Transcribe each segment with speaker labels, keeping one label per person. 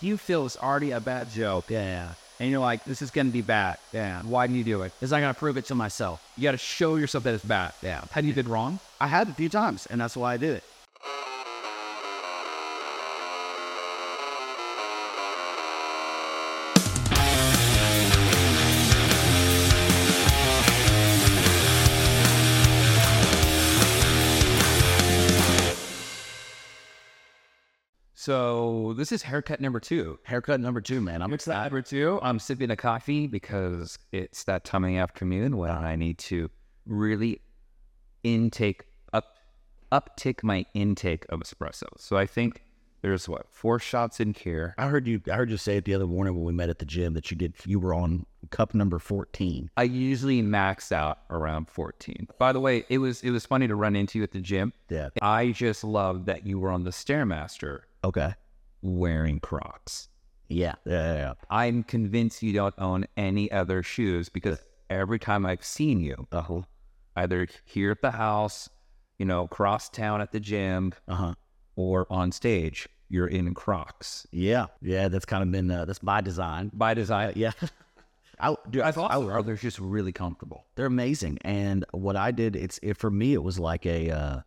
Speaker 1: you feel it's already a bad joke. Yeah. And you're like, this is going to be bad. Yeah. Why do you do it? Because I got to prove it to myself. You got to show yourself that it's bad. Yeah. Had you been wrong? I had a few times, and that's why I did it. So this is haircut number two.
Speaker 2: Haircut number two, man. I'm excited.
Speaker 1: Number two, I'm sipping a coffee
Speaker 2: because it's that time of the afternoon when I need to really intake up uptick my intake of espresso. So I think there's what four shots in here.
Speaker 3: I heard you. I heard you say it the other morning when we met at the gym that you did. You were on cup number fourteen.
Speaker 2: I usually max out around 14. By the way, it was it was funny to run into you at the gym.
Speaker 3: Yeah.
Speaker 2: I just love that you were on the stairmaster
Speaker 3: Okay.
Speaker 2: wearing Crocs.
Speaker 3: Yeah. Yeah. yeah.
Speaker 2: I'm convinced you don't own any other shoes because every time I've seen you,
Speaker 3: Uh huh.
Speaker 2: either here at the house, you know, cross town at the gym,
Speaker 3: Uh huh.
Speaker 2: or on stage, you're in Crocs
Speaker 3: Yeah. Yeah. That's kind of been uh, that's by design.
Speaker 2: by design.
Speaker 3: Yeah. I, dude,
Speaker 2: I thought oh, they're just really comfortable.
Speaker 3: they're amazing. And what I did, it's it, for me, it was like a uh,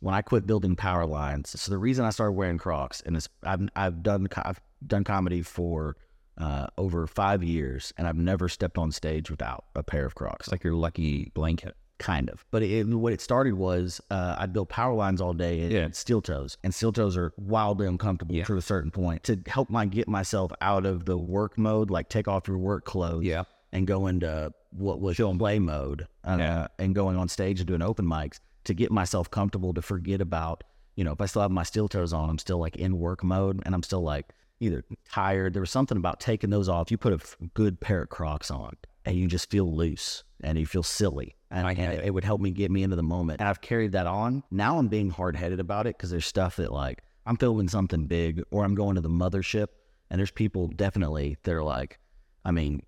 Speaker 3: when I quit building power lines. So the reason I started wearing Crocs, and it's I've I've done co- I've done comedy for uh, over five years, and I've never stepped on stage without a pair of Crocs.
Speaker 2: It's like your lucky blanket.
Speaker 3: kind of. But it, what it started was uh, I'd build power lines all day and
Speaker 2: Yeah.
Speaker 3: steel toes, and steel toes are wildly uncomfortable to a certain point. To help my get myself out of the work mode, like take off your work clothes,
Speaker 2: Yeah.
Speaker 3: and go into what was play mode, uh,
Speaker 2: Yeah.
Speaker 3: and going on stage and doing open mics to get myself comfortable to forget about you know if I still have my steel toes on, I'm still like in work mode, and I'm still like either tired. There was something about taking those off. You put a f- good pair of Crocs on, and you just feel loose and you feel silly. And,
Speaker 2: I get
Speaker 3: and it. would help me get me into the moment. And I've carried that on. Now I'm being hard headed about it because there's stuff that like I'm filming something big or I'm going to the mothership, and there's people definitely that are like, I mean,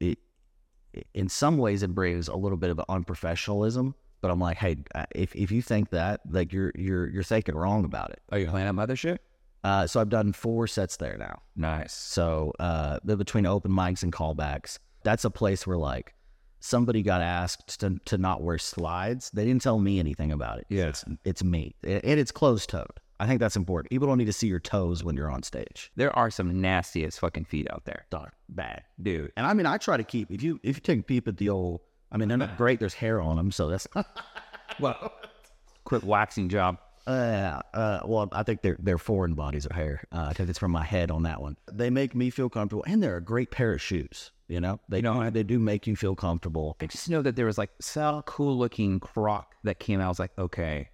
Speaker 3: it, in some ways it brings a little bit of unprofessionalism. But I'm like, hey, uh, if, if you think that, like you're you're you're thinking wrong about it.
Speaker 2: Are you playing at Mothership?
Speaker 3: Uh, so I've done four sets there now.
Speaker 2: Nice.
Speaker 3: So uh, the- between open mics and callbacks, that's a place where like somebody got asked to, to not wear slides. They didn't tell me anything about it.
Speaker 2: Yeah.
Speaker 3: It's, it's me. A- And it's closed toed. I think that's important. People don't need to see your toes when you're on stage.
Speaker 2: There are some nasty as fucking feet out there.
Speaker 3: Darn, bad.
Speaker 2: Dude.
Speaker 3: And I mean, I try to keep, if you if you take a peep at the old, I mean, they're not great. There's hair on them. So that's, uh,
Speaker 2: Well, quick waxing job.
Speaker 3: uh, well, I think they're, they're foreign bodies of hair because it's from my head on that one. They make me feel comfortable. And they're a great pair of shoes. You know, they don't, they do make you feel comfortable.
Speaker 2: I just know that there was like so cool looking croc that came out. I was like, okay,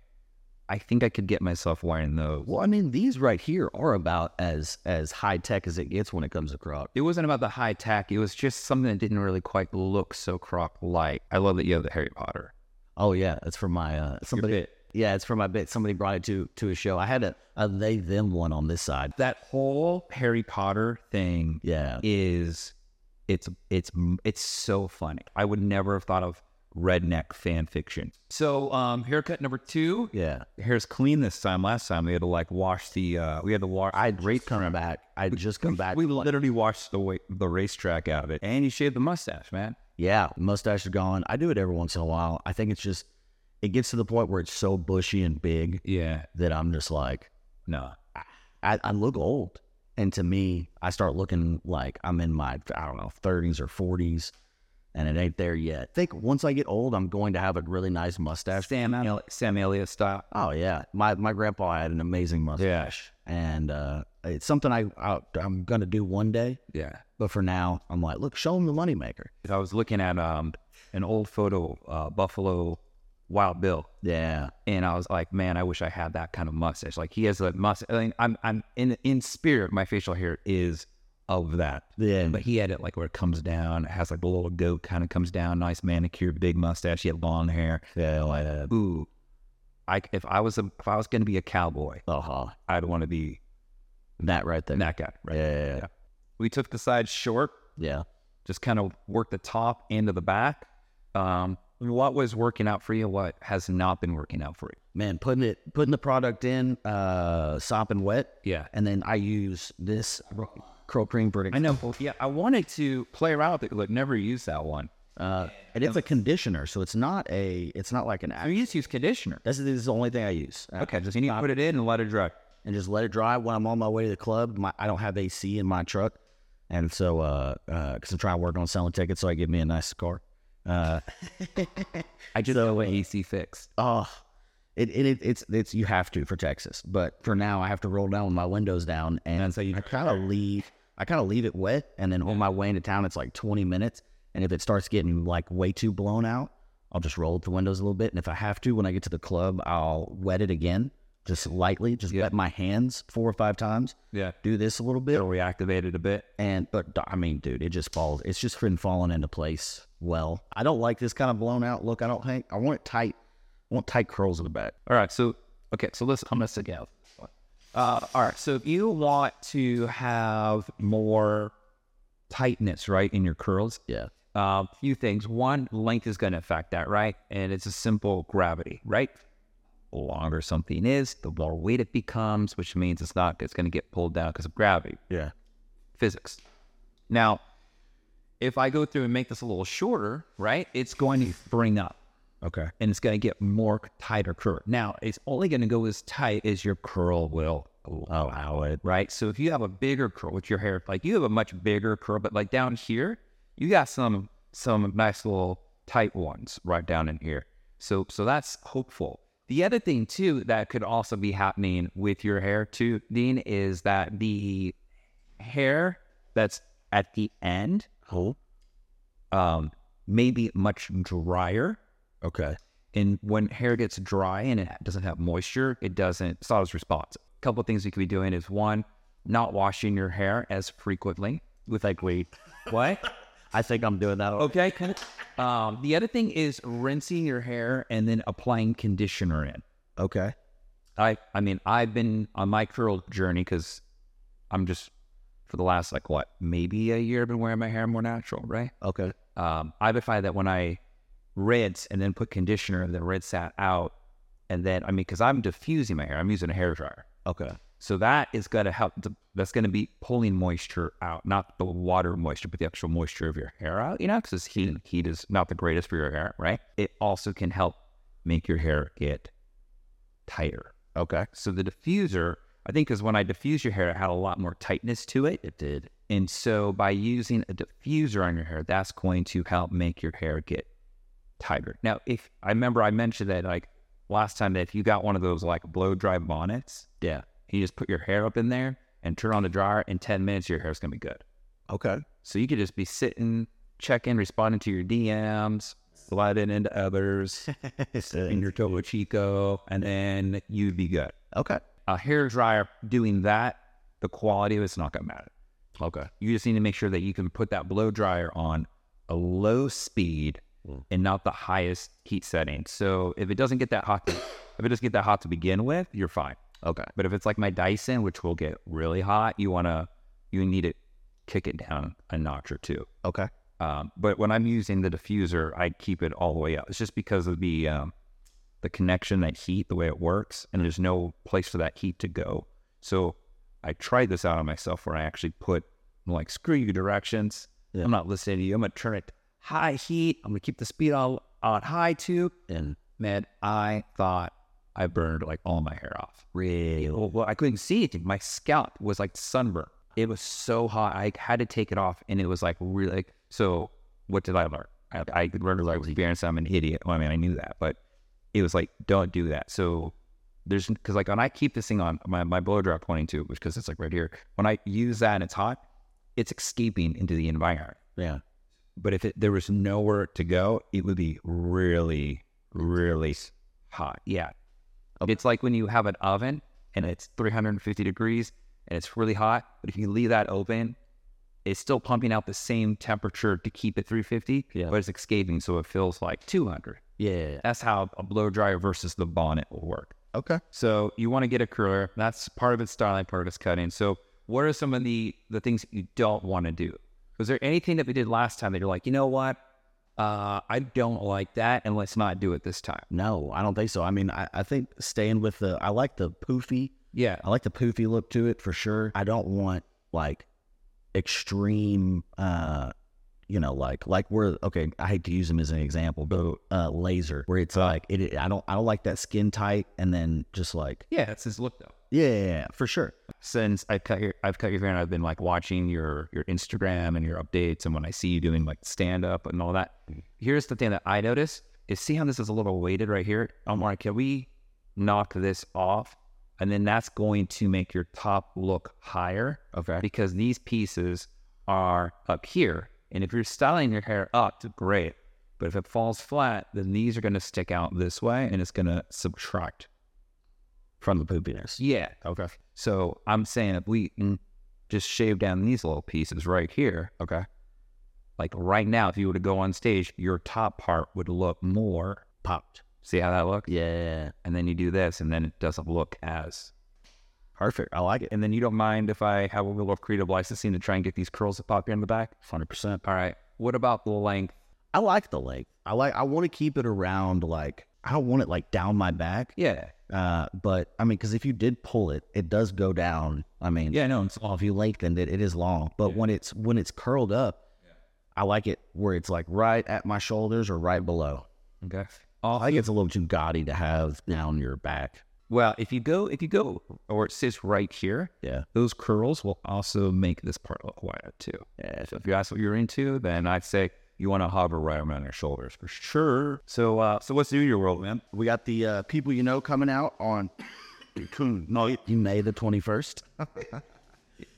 Speaker 2: I think I could get myself wearing those.
Speaker 3: Well, I mean, these right here are about as as high tech as it gets when it comes to croc.
Speaker 2: It wasn't about the high tech. It was just something that didn't really quite look so croc like. I love that you have the Harry Potter.
Speaker 3: Oh yeah, it's from my uh somebody.
Speaker 2: bit.
Speaker 3: Yeah, it's from my bit. Somebody brought it to to a show. I had a, a they them one on this side.
Speaker 2: That whole Harry Potter thing
Speaker 3: Yeah,
Speaker 2: is it's it's it's so funny. I would never have thought of redneck fan fiction. So um haircut number two.
Speaker 3: yeah.
Speaker 2: Hair's clean this time. Last time we had to like wash the uh we had to wash
Speaker 3: I just come back. I just come back.
Speaker 2: we literally washed the wa- the racetrack out of it. And you shaved the mustache, man.
Speaker 3: Yeah, mustache is gone. I do it every once in a while. I think it's just it gets to the point where it's so bushy and big
Speaker 2: Yeah.
Speaker 3: that I'm just like,
Speaker 2: No.
Speaker 3: I, I look old. And to me, I start looking like I'm in my, I don't know, 30s or 40s, and it ain't there yet. I think once I get old, I'm going to have a really nice mustache.
Speaker 2: Sam Ele- Sam Elliott style.
Speaker 3: Oh, yeah. My, my grandpa had an amazing mustache. And uh, it's something I, I, I'm going to do one day.
Speaker 2: Yeah.
Speaker 3: But for now, I'm like, look, show him the moneymaker.
Speaker 2: I was looking at um an old photo uh, Buffalo Wild Bill,
Speaker 3: Yeah.
Speaker 2: and I was like, man, I wish I had that kind of mustache. Like he has a mustache. I mean, I'm I'm in in spirit, my facial hair is of that.
Speaker 3: Yeah.
Speaker 2: But he had it like where it comes down, it has like the little goat kind of comes down, nice manicure, big mustache. He had long hair.
Speaker 3: Yeah. Like, uh,
Speaker 2: Ooh, I if I was a, if I was gonna be a cowboy,
Speaker 3: uh-huh.
Speaker 2: I'd want to be
Speaker 3: That right there.
Speaker 2: that guy. Right?
Speaker 3: Yeah, yeah, yeah.
Speaker 2: We took the sides short.
Speaker 3: Yeah.
Speaker 2: just kind of work the top into the back. Um, what was working out for you, what has not been working out for you.
Speaker 3: man, putting it putting the product in, uh, sopping wet.
Speaker 2: Yeah.
Speaker 3: And then I use this curl cream verdict.
Speaker 2: I know. well, yeah, I wanted to play around with it, but never used that one.
Speaker 3: Uh, and it's a conditioner, so it's not a it's not like an
Speaker 2: I mean, you just use conditioner.
Speaker 3: This is, this is the only thing I use. Uh,
Speaker 2: Okay, just you need to put it in and let it dry.
Speaker 3: And just let it dry when I'm on my way to the club. My, I don't have AC in my truck. And so, uh, uh, cause I'm trying to work on selling tickets so I get me a nice car. Uh,
Speaker 2: I just
Speaker 3: So,
Speaker 2: got my
Speaker 3: uh,
Speaker 2: AC fixed.
Speaker 3: oh, it, it, it, it's, it's, you have to for Texas, but for now I have to roll down with my windows down and
Speaker 2: That's how you-
Speaker 3: I kind of leave, I kind of leave it wet. And then on my way into town, it's like 20 minutes. And if it starts getting like way too blown out, I'll just roll up the windows a little bit. And if I have to, when I get to the club, I'll wet it again, just lightly, just wet my hands four or five times.
Speaker 2: Yeah.
Speaker 3: Do this a little bit.
Speaker 2: It reactivated a bit.
Speaker 3: And but d- I mean, dude, it just falls. It's just been falling into place. Well, I don't like this kind of blown out look. I don't think I want it tight. I want tight curls in the back.
Speaker 2: All right. So okay. So let's. I'm gonna stick out. Uh, all right. So if you want to have more tightness, right, in your curls,
Speaker 3: Yeah.
Speaker 2: a few things. One, length is going to affect that, right? And it's a simple gravity, right? The longer something is, the more weight it becomes, which means it's not. It's going to get pulled down because of gravity,
Speaker 3: Yeah.
Speaker 2: physics. Now, if I go through and make this a little shorter, right, it's going to spring up
Speaker 3: Okay.
Speaker 2: and it's going to get more tighter curve. Now, it's only going to go as tight as your curl will allow it, right? So if you have a bigger curl with your hair, like you have a much bigger curl, but like down here, you got some some nice little tight ones right down in here. So so that's hopeful. The other thing too that could also be happening with your hair too, Dean, is that the hair that's at the end
Speaker 3: Cool.
Speaker 2: um, may be much drier
Speaker 3: Okay.
Speaker 2: and when hair gets dry and it doesn't have moisture, it doesn't, it's not as responsive. A couple of things you could be doing is one, not washing your hair as frequently with like weight. What?
Speaker 3: I think I'm doing that. Okay.
Speaker 2: Okay. cool. Um, the other thing is rinsing your hair and then applying conditioner in.
Speaker 3: okay.
Speaker 2: I, I mean, I've been on my curl journey because I'm just, for the last like what, maybe a year, I've been wearing my hair more natural, right?
Speaker 3: Okay.
Speaker 2: um, I would find that when I rinse and then put conditioner and then rinse that out, and then I mean, because I'm diffusing my hair, I'm using a hair dryer,
Speaker 3: Okay.
Speaker 2: so that is going to help. To, that's going to be pulling moisture out, not the water moisture, but the actual moisture of your hair out. You know, because heat heat is not the greatest for your hair, right? It also can help make your hair get tighter.
Speaker 3: Okay.
Speaker 2: So the diffuser, I think, is when I diffuse your hair, it had a lot more tightness to it. It did. And so by using a diffuser on your hair, that's going to help make your hair get tighter. Now, if I remember, I mentioned that like last time that if you got one of those like blow dry bonnets,
Speaker 3: Yeah.
Speaker 2: you just put your hair up in there and turn on the dryer. In ten minutes, your hair's gonna be good.
Speaker 3: Okay.
Speaker 2: So you could just be sitting, checking, responding to your DMs, sliding into others, in your Topo Chico, and then you'd be good
Speaker 3: okay.
Speaker 2: a hair dryer doing that, the quality of it's not gonna matter.
Speaker 3: Okay.
Speaker 2: You just need to make sure that you can put that blow dryer on a low speed and not the highest heat setting. So if it doesn't get that hot, if it doesn't get that hot to begin with, you're fine.
Speaker 3: Okay.
Speaker 2: But if it's like my Dyson, which will get really hot, you wanna you need to kick it down a notch or two.
Speaker 3: Okay.
Speaker 2: Um, but when I'm using the diffuser, I keep it all the way up. It's just because of the um, the connection, that heat, the way it works, and there's no place for that heat to go. So I tried this out on myself where I actually put I'm like screw you directions.
Speaker 3: Yeah.
Speaker 2: I'm not listening to you. I'm gonna turn it high heat. I'm gonna keep the speed on on high too.
Speaker 3: And
Speaker 2: Man, I thought I burned like all my hair off.
Speaker 3: real.
Speaker 2: Well, well, I couldn't see anything. My scalp was like sunburned. It was so hot. I had to take it off, and it was like really. Like, so, what did I learn? I, I learned like with experience. I'm an idiot. Well, I mean, I knew that, but it was like, don't do that. So there's because like when I keep this thing on my my blow dryer pointing to, which because it's like right here. When I use that and it's hot, it's escaping into the environment.
Speaker 3: Yeah.
Speaker 2: But if it, there was nowhere to go, it would be really, really s- hot. Yeah. It's like when you have an oven and it's 350 degrees and it's really hot, but if you leave that open, it's still pumping out the same temperature to keep it 350,
Speaker 3: Yeah.
Speaker 2: but it's escaping, so it feels like 200.
Speaker 3: Yeah.
Speaker 2: That's how a blow dryer versus the bonnet will work.
Speaker 3: Okay.
Speaker 2: So you want to get a curler. That's part of its styling, part of its cutting. So what are some of the the things that you don't want to do? Was there anything that we did last time that you're like, you know what? uh, I don't like that, and let's not do it this time.
Speaker 3: No, I don't think so. I mean, I, I think staying with the, I like the poofy.
Speaker 2: Yeah.
Speaker 3: I like the poofy look to it for sure. I don't want like extreme, uh, you know, like like where okay, I hate to use them as an example, but uh, laser where it's like it, it. I don't I don't like that skin tight and then just like
Speaker 2: Yeah, it's his look though.
Speaker 3: yeah, yeah, yeah for sure.
Speaker 2: Since I cut your, I've cut your hair, and I've been like watching your your Instagram and your updates, and when I see you doing like stand up and all that, here's the thing that I notice is see how this is a little weighted right here. I'm like, can we knock this off? And then that's going to make your top look higher.
Speaker 3: Okay.
Speaker 2: Because these pieces are up here. And if you're styling your hair up, great. But if it falls flat, then these are going to stick out this way and it's going to subtract
Speaker 3: From the poopiness,
Speaker 2: yeah. Okay. So I'm saying if we mm, just shave down these little pieces right here. Okay. Like right now, if you were to go on stage, your top part would look more.
Speaker 3: popped.
Speaker 2: See how that looks?
Speaker 3: Yeah,
Speaker 2: And then you do this, and then it doesn't look as.
Speaker 3: perfect. I like it.
Speaker 2: And then you don't mind if I have a little creative licensing to try and get these curls to pop here in the back?
Speaker 3: Hundred percent.
Speaker 2: All right. What about the length?
Speaker 3: I like the leg. I like. I want to keep it around. Like I don't want it like down my back.
Speaker 2: Yeah.
Speaker 3: Uh, but I mean, because if you did pull it, it does go down. I mean,
Speaker 2: Yeah, no, it's
Speaker 3: Well, if you lengthened it, it is long. But when it's when it's curled up, I like it where it's like right at my shoulders or right below.
Speaker 2: Okay.
Speaker 3: I think it's a little too gaudy to have down your back.
Speaker 2: Well, if you go, if you go, or it sits right here,
Speaker 3: Yeah.
Speaker 2: those curls will also make this part look wider too. Yeah. So if you ask what you're into, then I'd say you want to hover right around your shoulders for sure. So, uh, so what's new in your world, man?
Speaker 4: We got the uh, people you know coming out on. no,
Speaker 3: You May the twenty first.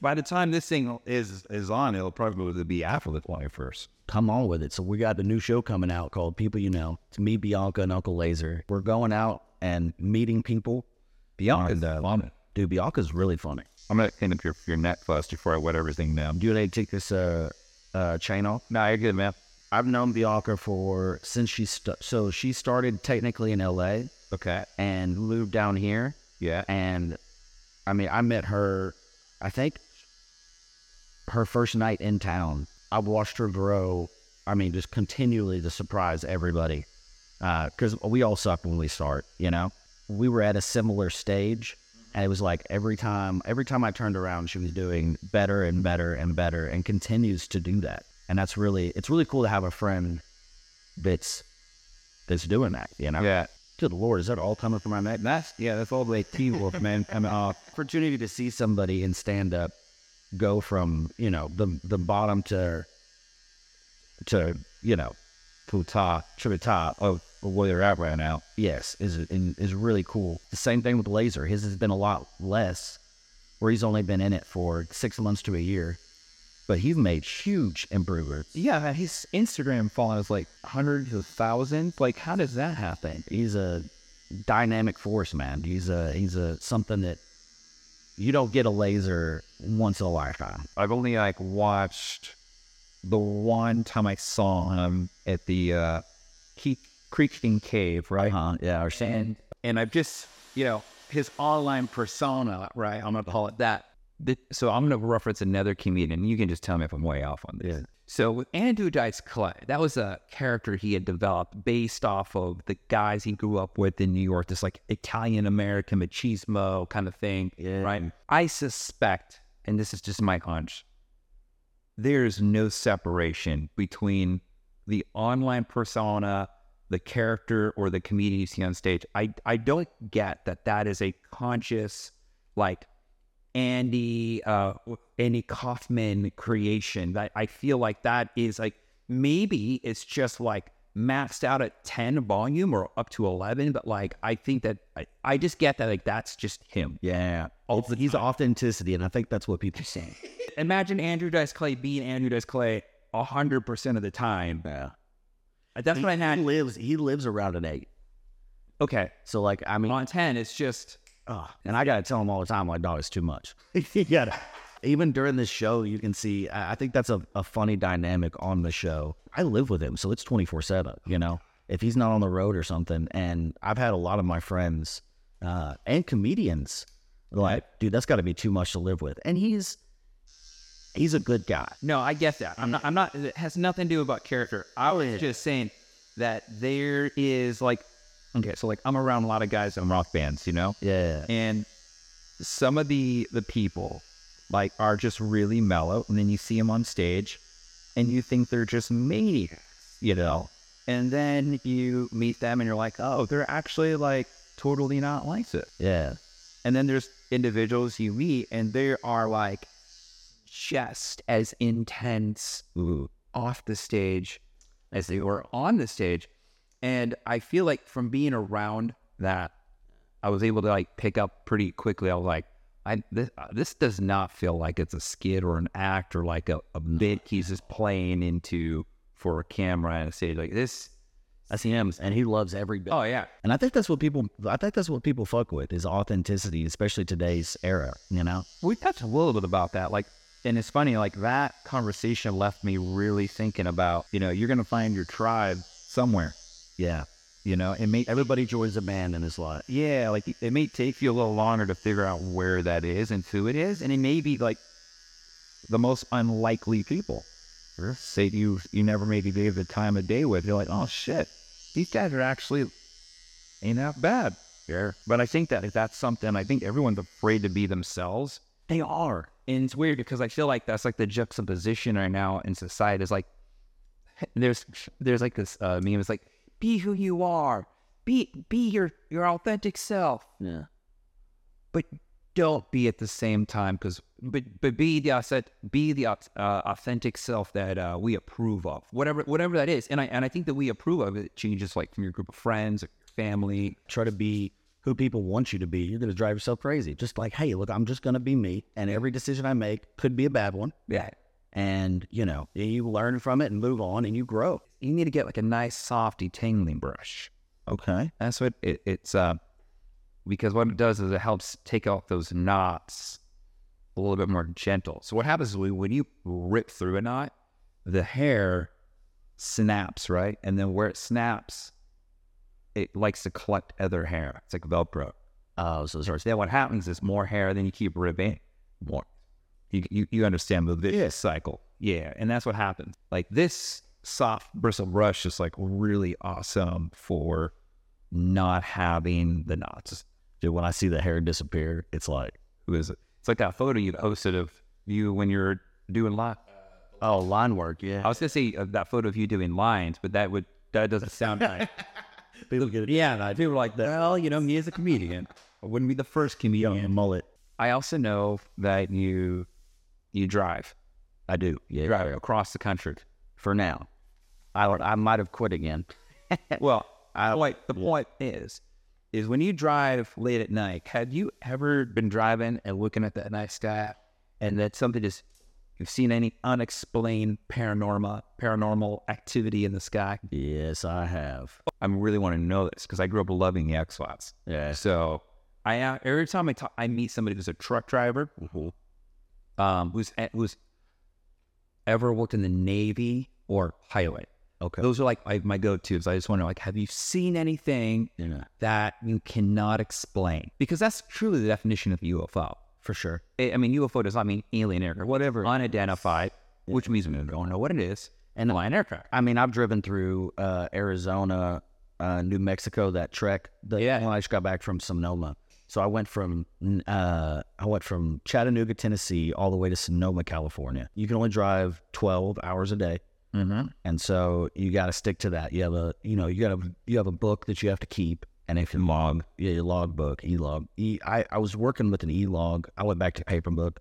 Speaker 2: By the time this thing,
Speaker 5: is is on, it'll probably be after the twenty first.
Speaker 3: Come on with it. So we got a new show coming out called People You Know. It's me, Bianca, and Uncle Laser. We're going out and meeting people.
Speaker 2: Bianca's fun.
Speaker 3: Dude, Bianca's really funny.
Speaker 5: uh, I'm gonna clean up your, your neck first before I wet everything down.
Speaker 3: Do you want to take this uh, uh, chain off?
Speaker 5: No, you're good, man.
Speaker 3: I've known Bianca for since she st- so she started technically in L.A.
Speaker 5: Okay.
Speaker 3: and moved down here.
Speaker 5: Yeah.
Speaker 3: And I mean, I met her, I think her first night in town. I watched her grow. I mean, just continually to surprise everybody because we all suck when we start, you know? We were at a similar stage. And it was like every time, every time I turned around, she was doing better and better and better, and continues to do that. And that's really, it's really cool to have a friend that's that's doing that. You know,
Speaker 5: Yeah.
Speaker 3: Good lord, is that all coming from my neck?
Speaker 5: That's yeah. That's all the way T Wolf man coming off.
Speaker 3: opportunity to see somebody in stand up go from you know the the bottom to to you know oh,
Speaker 5: To top,
Speaker 3: to the top.
Speaker 5: of where they're at right now.
Speaker 3: Yes, is and is really cool. The same thing with Laser. His has been a lot less, where he's only been in it for six months to a year, but he's made huge improvements.
Speaker 2: yeah, man, his Instagram following is like hundreds of thousands. Like, how does that happen?
Speaker 3: He's a dynamic force, man. He's a he's a something that you don't get a laser once in a lifetime.
Speaker 5: I've only like watched the one time I saw him at the uh, Keep Creaking Cave, right?
Speaker 3: Huh?
Speaker 2: Uh-huh.
Speaker 3: Yeah, or sand.
Speaker 4: and I've just you know his online persona, right? I'm gonna call it that.
Speaker 2: Th- so I'm going to reference another comedian. You can just tell me if I'm way off on this. So with Andrew Dice Clay, that was a character he had developed based off of the guys he grew up with in New York, this like Italian American machismo kind of thing,
Speaker 3: Yeah.
Speaker 2: right? I suspect, and this is just my hunch, there is no separation between the online persona, the character, or the comedian you see on stage. I, I don't get that that is a conscious, like, Andy uh, Andy Kaufman creation. That I feel like that is like maybe it's just like maxed out at ten volume or up to eleven, but like I think that I, I just get that like that's just him.
Speaker 3: Yeah. It's, he's authenticity, and I think that's what people say.
Speaker 2: Imagine Andrew Dice Clay being Andrew Dice Clay hundred percent of the time.
Speaker 3: Yeah.
Speaker 1: Uh,
Speaker 2: That's what I
Speaker 3: He
Speaker 2: had.
Speaker 3: lives he lives around an eight.
Speaker 2: Okay,
Speaker 3: So like I mean
Speaker 2: on ten, it's just
Speaker 3: ugh. and I gotta tell him all the time like dog it's too much. you gotta even during this show you can see uh, I, I think that's a, a funny dynamic on the show. I live with him, so it's twenty four seven, you know. If he's not on the road or something, and I've had a lot of my friends uh, and comedians like, dude, that's gotta be too much to live with. And he's
Speaker 6: He's a good guy.
Speaker 1: No, I get that. I'm not. I'm not. It has nothing to do about character. I
Speaker 3: Oh,
Speaker 1: was just saying that there is like,
Speaker 2: Okay, so like I'm around a lot of guys in rock bands, you know,
Speaker 6: Yeah.
Speaker 2: and some of the the people like are just really mellow, and then you see them on stage, and you think they're just maniacs, you know, and then you meet them, and you're like, oh, they're actually like totally not like this.
Speaker 6: Yeah.
Speaker 2: And then there's individuals you meet, and they are like
Speaker 3: just as intense off the stage as they were on the stage. And I feel like from being around that, I was able to like pick up pretty quickly. I was like, I this, uh, this does not feel like it's a skit or an act or like a, a bit he's just playing into for a camera and a stage. Like this,
Speaker 6: That's him, and he loves every bit.
Speaker 3: oh yeah,
Speaker 6: And I think that's what people. I think that's what people fuck with is authenticity, especially today's era. You know.
Speaker 2: we touched a little bit about that like and it's funny like that conversation left me really thinking about you know you're gonna find your tribe somewhere
Speaker 6: Yeah.
Speaker 2: you know it may
Speaker 6: Everybody joins a band in his life.
Speaker 2: yeah like it may take you a little longer to figure out where that is and who it is and it may be like the most unlikely people say you you never maybe gave the time of day with you're like oh shit these guys are actually ain't that bad yeah but i think that if that's something i think everyone's afraid to be themselves
Speaker 6: They are.
Speaker 3: and it's weird because I feel like that's like the juxtaposition right now in society is like there's there's like this uh, meme it's like be who you are be be your your authentic self
Speaker 6: Yeah.
Speaker 3: but don't be at the same time because but but be the authentic be the au- uh, authentic self that uh, we approve of whatever whatever that is and I and I think that we approve of it changes like from your group of friends or your family
Speaker 6: Try to be who people want you to be. You're gonna drive yourself crazy. Just like, hey, look, I'm just gonna be me, and every decision I make could be a bad one.
Speaker 3: yeah
Speaker 6: And you know, you learn from it and move on, and you grow.
Speaker 3: you need to get like a nice softy tangling brush
Speaker 6: Okay.
Speaker 3: That's what it, it's uh, because what it does is it helps take out those knots a little bit more gentle. So what happens is when when you rip through a knot, the hair snaps, right? And then where it snaps, it likes to collect other hair. It's like Velcro.
Speaker 6: Oh, so
Speaker 3: So then what happens is more hair, then you keep ripping more. You, you, you understand the vicious cycle. Yeah. And that's what happens. Like this soft bristle brush is like really awesome for not having the knots.
Speaker 6: dude, when I see the hair disappear, it's like,
Speaker 3: Who is it? It's like that photo you posted of you when you're doing line.
Speaker 6: oh, line work. Yeah.
Speaker 3: I was going to say uh, that photo of you doing lines, but that would, that doesn't sound right.
Speaker 6: People get it. Yeah, and I do like that. Well, you know, me as a comedian,
Speaker 3: I wouldn't be the first comedian.
Speaker 6: young mullet.
Speaker 3: I also know that you, you drive,
Speaker 6: I do. Yeah.
Speaker 3: drive across the country.
Speaker 6: For now, I would, I might have quit again.
Speaker 3: Well, I like the point is, is when you drive late at night, have you ever been driving and looking at that night sky, and that something just you've seen any unexplained paranormal paranormal activity in the sky?
Speaker 6: Yes, I have.
Speaker 3: I really want to know this because I grew up loving the X Files.
Speaker 6: Yeah.
Speaker 3: So I uh, every time I talk, I meet somebody who's a truck driver,
Speaker 6: Mm-hmm.
Speaker 3: um, who's who's ever worked in the Navy or highway.
Speaker 6: Okay.
Speaker 3: Those are like my, my go tos. I just wonder, like, have you seen anything
Speaker 6: Yeah.
Speaker 3: that you cannot explain? Because that's truly the definition of UFO.
Speaker 6: For sure.
Speaker 3: I I mean, UFO does not mean alien aircraft, whatever, unidentified, which means we don't know what it is, and flying aircraft.
Speaker 6: I mean, I've driven through uh, Arizona, uh, New Mexico, that trek. The,
Speaker 3: Yeah.
Speaker 6: When I just got back from Sonoma. So I went from uh, I went from Chattanooga, Tennessee, all the way to Sonoma, California. You can only drive twelve hours a day,
Speaker 3: Mm-hmm.
Speaker 6: and so you got to stick to that. You have a you know you got a you have a book that you have to keep, and if you log yeah your log book e log e I I was working with an e log. I went back to paper book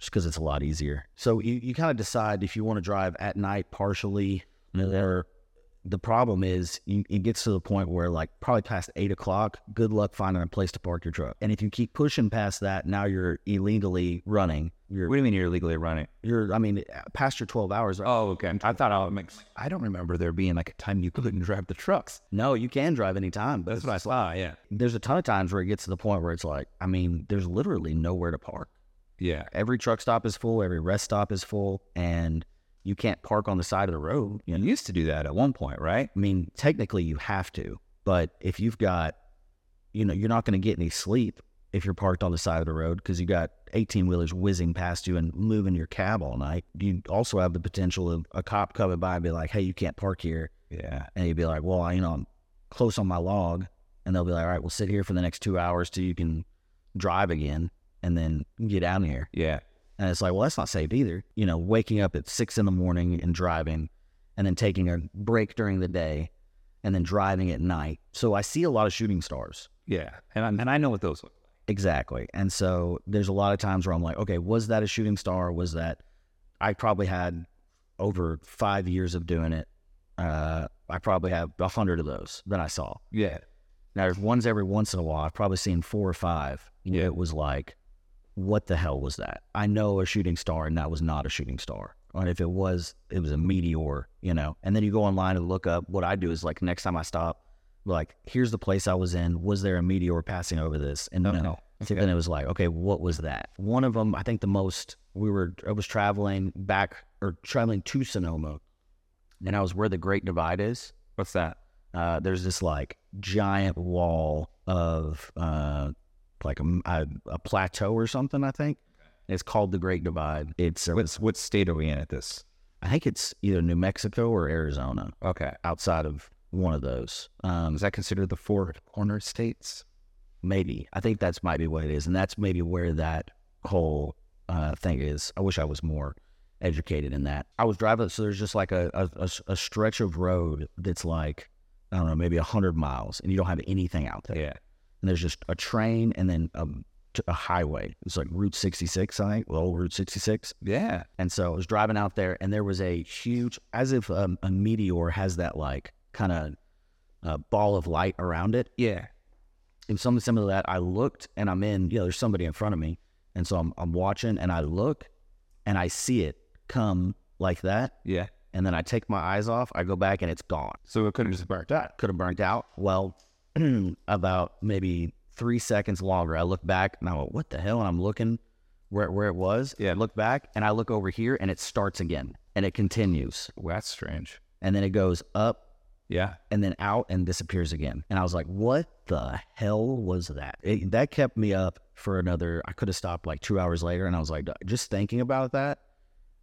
Speaker 6: just because it's a lot easier. So you, you kind of decide if you want to drive at night partially. Or the problem is you, it gets to the point where like probably past eight o'clock, good luck finding a place to park your truck. And if you keep pushing past that, now you're illegally running. You're
Speaker 3: What do you mean you're illegally running?
Speaker 6: you're I mean past your twelve hours.
Speaker 3: Oh, okay. I thought I was, I don't remember there being like a time you couldn't drive the trucks.
Speaker 6: No, you can drive anytime, but
Speaker 3: That's what I saw. Yeah.
Speaker 6: there's a ton of times where it gets to the point where it's like, I mean, there's literally nowhere to park.
Speaker 3: Yeah.
Speaker 6: Every truck stop is full, every rest stop is full, and you can't park on the side of the road. You
Speaker 3: You
Speaker 6: know?
Speaker 3: used to do that at one point, right?
Speaker 6: I mean, technically you have to, but if you've got, you know, you're not going to get any sleep if you're parked on the side of the road because you got 18 wheelers whizzing past you and moving your cab all night. You also have the potential of a cop coming by and be like, hey, you can't park here.
Speaker 2: Yeah.
Speaker 6: And you'd be like, well, I, you know, I'm close on my log. And they'll be like, all right, we'll sit here for the next two hours till you can drive again and then get out of here.
Speaker 2: Yeah.
Speaker 6: And it's like, well, that's not safe either. You know, waking up at six in the morning and driving and then taking a break during the day and then driving at night. So I see a lot of shooting stars.
Speaker 3: Yeah, and I, and I know what those look.
Speaker 6: Exactly. And so there's a lot of times where I'm like, okay, was that a shooting star? Was that I probably had over five years of doing it. Uh, I probably have a hundred of those that I saw.
Speaker 3: Yeah,
Speaker 6: Now there's ones every once in a while. I've probably seen four or five. Yeah. It was like, what the hell was that? I know a shooting star, and that was not a shooting star. And if it was, it was a meteor, you know. And then you go online and look up. What I do is like next time I stop, like here's the place I was in. Was there a meteor passing over this? And Oh, no. So then it was like, okay, what was that? One of them, I think the most we were, I was traveling back or traveling to Sonoma, and I was where the Great Divide is
Speaker 3: what's that?
Speaker 6: uh, there's this like giant wall of uh, like a, m- a- a plateau or something. I think it's called the Great Divide. It's uh,
Speaker 2: What's what state are we in at this?
Speaker 6: I think it's either New Mexico or Arizona,
Speaker 2: Okay.
Speaker 6: outside of one of those. Um,
Speaker 2: Is that considered the four corner states?
Speaker 6: maybe I think that's might be what it is, and that's maybe where that whole uh, thing is. I wish I was more educated in that. I was driving, so there's just like a a- a s- a stretch of road that's like I don't know, uh, maybe hundred miles, and you don't have anything out there.
Speaker 2: Yeah.
Speaker 6: and there's just a train and then a, t- a highway. It's like Route 66, I think, well, old Route 66.
Speaker 2: Yeah.
Speaker 6: And so I was driving out there, and there was a huge, as if um, a meteor has that like kind of uh, ball of light around it.
Speaker 2: Yeah.
Speaker 6: And something similar to that, I looked and I'm in, you know, there's somebody in front of me. And so I'm, I'm watching and I look and I see it come like that.
Speaker 2: Yeah.
Speaker 6: And then I take my eyes off, I go back and it's gone
Speaker 2: So it could have just burnt out.
Speaker 6: could have burnt out. Well, about maybe three seconds longer, I look back and I went, "What the hell?" And I'm looking where where it was.
Speaker 2: Yeah.
Speaker 6: I look back and I look over here, and it starts again, and it continues,
Speaker 2: Well, that's strange.
Speaker 6: and then it goes up
Speaker 2: Yeah.
Speaker 6: and then out and disappears again. And I was like, "What the hell was that?" It, that kept me up for another. I could have stopped like two hours later, and I was like, just thinking about that.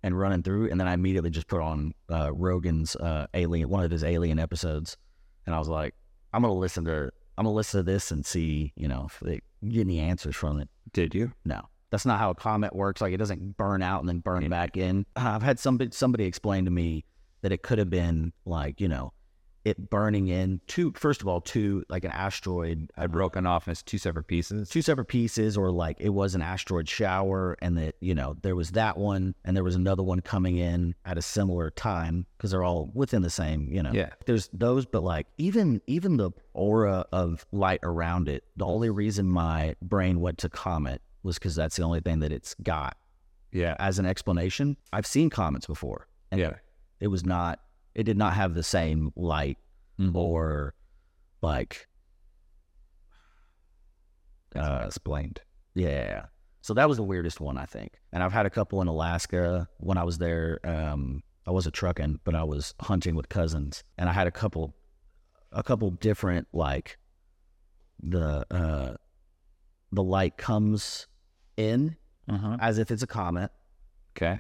Speaker 6: And running through, and then I immediately just put on uh, Rogan's uh, alien, one of his alien episodes, and I was like, I'm gonna listen to I'm gonna listen to this and see, you know, if they get any answers from it.
Speaker 2: Did you?
Speaker 6: No. That's not how a comet works. Like it doesn't burn out and then burn back in. I've had somebody somebody explain to me that it could have been like, you know, it burning in two first of all, two like an asteroid uh,
Speaker 3: I'd broken off as two separate pieces.
Speaker 6: two separate pieces or like it was an asteroid shower and that you know there was that one and there was another one coming in at a similar time because they're all within the same you know
Speaker 3: Yeah.
Speaker 6: there's those but like even even the aura of light around it the only reason my brain went to comet was because that's the only thing that it's got
Speaker 3: Yeah.
Speaker 6: as an explanation i've seen comets before and
Speaker 3: Yeah.
Speaker 6: it was not it did not have the same light
Speaker 3: Mm-hmm.
Speaker 6: or like uh,
Speaker 2: explained.
Speaker 6: yeah. So that was the weirdest one, I think. And I've had a couple in Alaska when I was there. Um, I wasn't trucking, but I was hunting with cousins, and I had a couple, a couple different like the uh, the light comes in
Speaker 2: Uh-huh.
Speaker 6: as if it's a comet,
Speaker 3: Okay.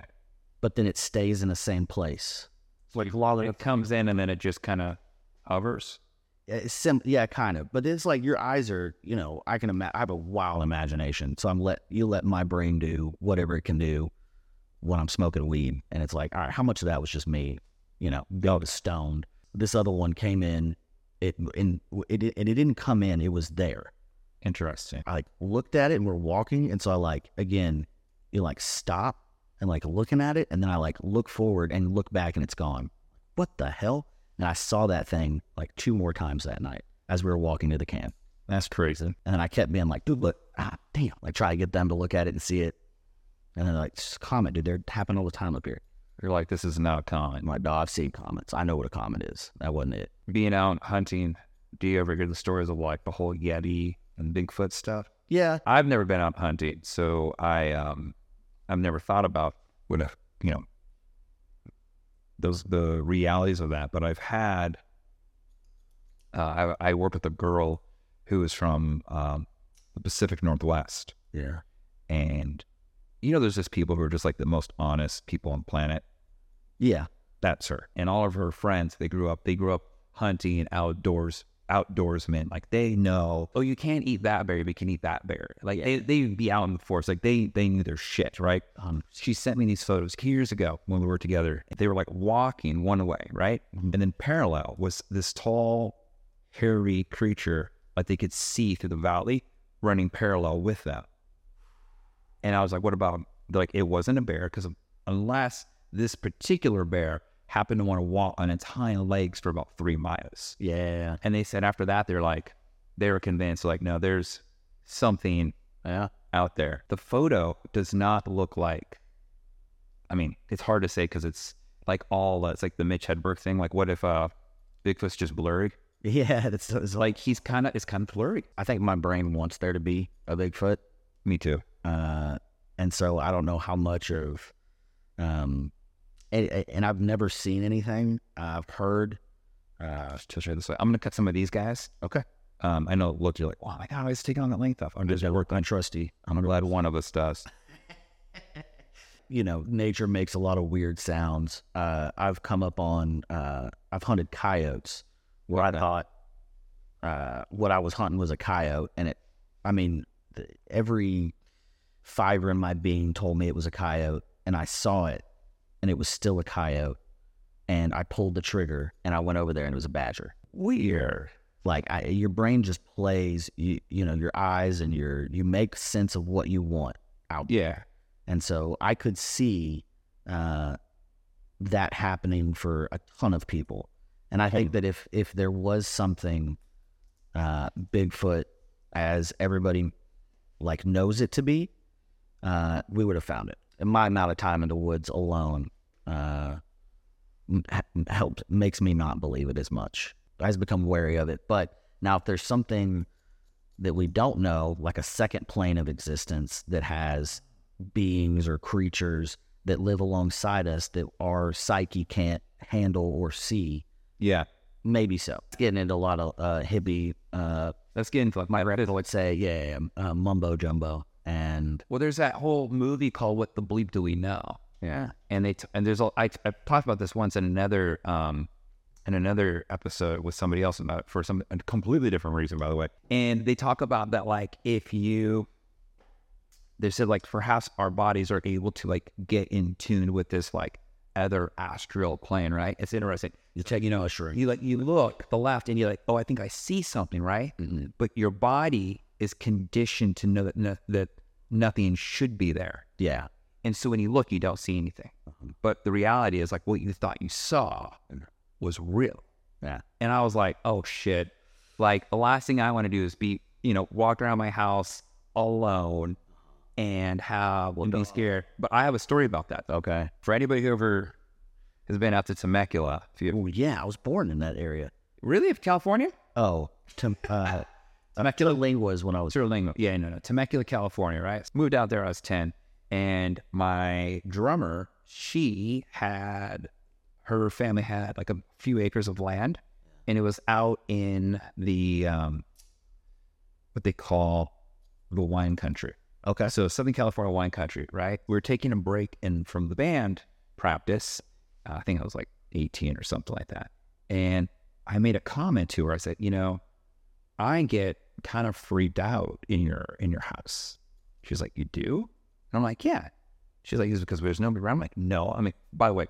Speaker 6: but then it stays in the same place. It's like long enough
Speaker 3: It comes in and then it just kind of hovers.
Speaker 6: It's sim- yeah, kind of. But it's like your eyes are, you know, I can imagine. I have a wild imagination, so I'm let you let my brain do whatever it can do when I'm smoking weed, and it's like, all right, how much of that was just me, you know, go to stoned. This other one came in, it and it and it didn't come in. It was there.
Speaker 2: Interesting.
Speaker 6: I like looked at it and we're walking, and so I like again, you like stop and like looking at it, and then I like look forward and look back, and it's gone. What the hell? And I saw that thing like two more times that night as we were walking to the camp,
Speaker 2: That's crazy.
Speaker 6: and then I kept being like, dude, look, ah, damn, like try to get them to look at it and see it, and then like just comment, dude, they're happening all the time up here.
Speaker 3: You're like, this is not common.
Speaker 6: I'm like, no, I've seen comments. I know what a comment is. That wasn't it.
Speaker 3: Being out hunting, do you ever hear the stories of like the whole Yeti and Bigfoot stuff?
Speaker 6: Yeah,
Speaker 3: I've never been out hunting, so I um, I've never thought about
Speaker 2: Would have you know those the realities of that, but I've had
Speaker 3: uh, I, I worked with a girl who was from um, the Pacific Northwest.
Speaker 6: Yeah.
Speaker 3: And, you know, there's just people who are just like the most honest people on the planet.
Speaker 6: Yeah.
Speaker 3: That's her. And all of her friends, they grew up, they grew up hunting and outdoors, outdoorsmen. Like they know, oh, you can't eat that berry, but you can eat that berry. Like they, they'd be out in the forest. Like they, they knew their shit, right? Um, she sent me these photos years ago when we were together. They were like walking one way, right? And then parallel was this tall, hairy creature, like they could see through the valley running parallel with them. And I was like, what about him? They're like, it wasn't a bear because unless this particular bear happened to want to walk on its hind legs for about three miles.
Speaker 6: Yeah.
Speaker 3: And they said after that, they're like, they were convinced, like, no, there's something
Speaker 6: Yeah.
Speaker 3: out there. The photo does not look like, I mean, it's hard to say because it's like all, it's like the Mitch Hedberg thing. Like, what if uh, Bigfoot's just blurry?
Speaker 6: Yeah. That's, that's like,
Speaker 3: Like, he's kind of, it's kind of blurry.
Speaker 6: I think my brain wants there to be a Bigfoot.
Speaker 3: Me too.
Speaker 6: Uh, and so I don't know how much of, um, and, and I've never seen anything. I've heard, uh,
Speaker 3: to show this way. I'm gonna cut some of these guys.
Speaker 6: Okay.
Speaker 3: Um, I know. Look, you're like, wow, my god, I was taking on that length off. I'm just work on trusty. I'm glad one of us does.
Speaker 6: you know, nature makes a lot of weird sounds. Uh, I've come up on, uh, I've hunted coyotes where I thought uh, what I was hunting was a coyote. And it, I mean, th- every fiber in my being told me it was a coyote. And I saw it and it was still a coyote. And I pulled the trigger and I went over there and it was a badger.
Speaker 3: Weird.
Speaker 6: Like I, your brain just plays, you, you know, your eyes and your, you make sense of what you want out
Speaker 3: Yeah.
Speaker 6: and so I could see uh, that happening for a ton of people. And I think that if if there was something uh, Bigfoot as everybody like knows it to be, uh, we would have found it. And my amount of time in the woods alone uh, m- ha- helped makes me not believe it as much. I've become wary of it. But now, if there's something that we don't know, like a second plane of existence that has beings or creatures that live alongside us that our psyche can't handle or see.
Speaker 3: Yeah.
Speaker 6: Maybe so. It's getting into a lot of uh, hippie, uh,
Speaker 3: Let's get into like my rabbit hole.
Speaker 6: let's say, yeah, uh, mumbo jumbo. And
Speaker 3: Well, there's that whole movie called "What the Bleep Do We Know?" Yeah, and they t- and there's all I, I talked about this once in another um in another episode with somebody else about it for some a completely different reason, by the way. And they talk about that like if you they said like perhaps our bodies are able to like get in tune with this like other astral plane, right? It's interesting.
Speaker 6: you take, you know, a shroom.
Speaker 3: You like you look to the left and you're like, oh, I think I see something, right?
Speaker 6: Mm-hmm.
Speaker 3: But your body is conditioned to know that no, that nothing should be there,
Speaker 6: Yeah.
Speaker 3: and so when you look, you don't see anything.
Speaker 6: Mm-hmm.
Speaker 3: But the reality is like what you thought you saw was real.
Speaker 6: Yeah.
Speaker 3: And I was like, oh shit. Like the last thing I want to do is be, you know, walk around my house alone and have and be scared. But I have a story about that though.
Speaker 6: Okay.
Speaker 3: For anybody who ever has been out to Temecula, if you
Speaker 6: Well, yeah, I was born in that area.
Speaker 3: really if California?
Speaker 6: Oh, Tem- uh, Lingua is when I was.
Speaker 3: Terlingo. Yeah, no, no. Temecula, California, right? Moved out there, I was 10. And my drummer, she had, her family had like a few acres of land. And it was out in the, um, what they call the wine country.
Speaker 6: Okay.
Speaker 3: So Southern California wine country, right? We were taking a break in from the band practice. Uh, I think I was like 18 or something like that. And I made a comment to her. I said, you know, I get kind of freaked out in your in your house. She's like, you do? And I'm like, yeah. She's like, is it because there's nobody around? I'm like, no. I mean, by the way,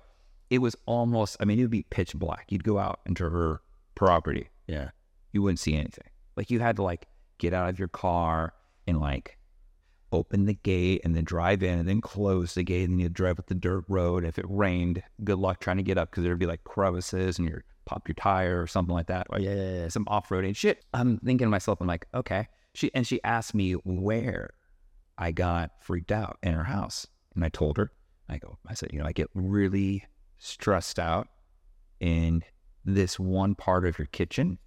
Speaker 3: it was almost, I mean, it would be pitch black. You'd go out into her property.
Speaker 6: Yeah.
Speaker 3: You wouldn't see anything. Like you had to like get out of your car and like open the gate and then drive in and then close the gate and you drive up the dirt road. If it rained, good luck trying to get up because there'd be like crevices and you pop your tire or something like that. Or
Speaker 6: oh, Yeah, yeah, yeah.
Speaker 3: some off-roading shit. I'm thinking to myself, I'm like, okay. She and she asked me where I got freaked out in her house, and I told her. I go, I said, you know, I get really stressed out in this one part of your kitchen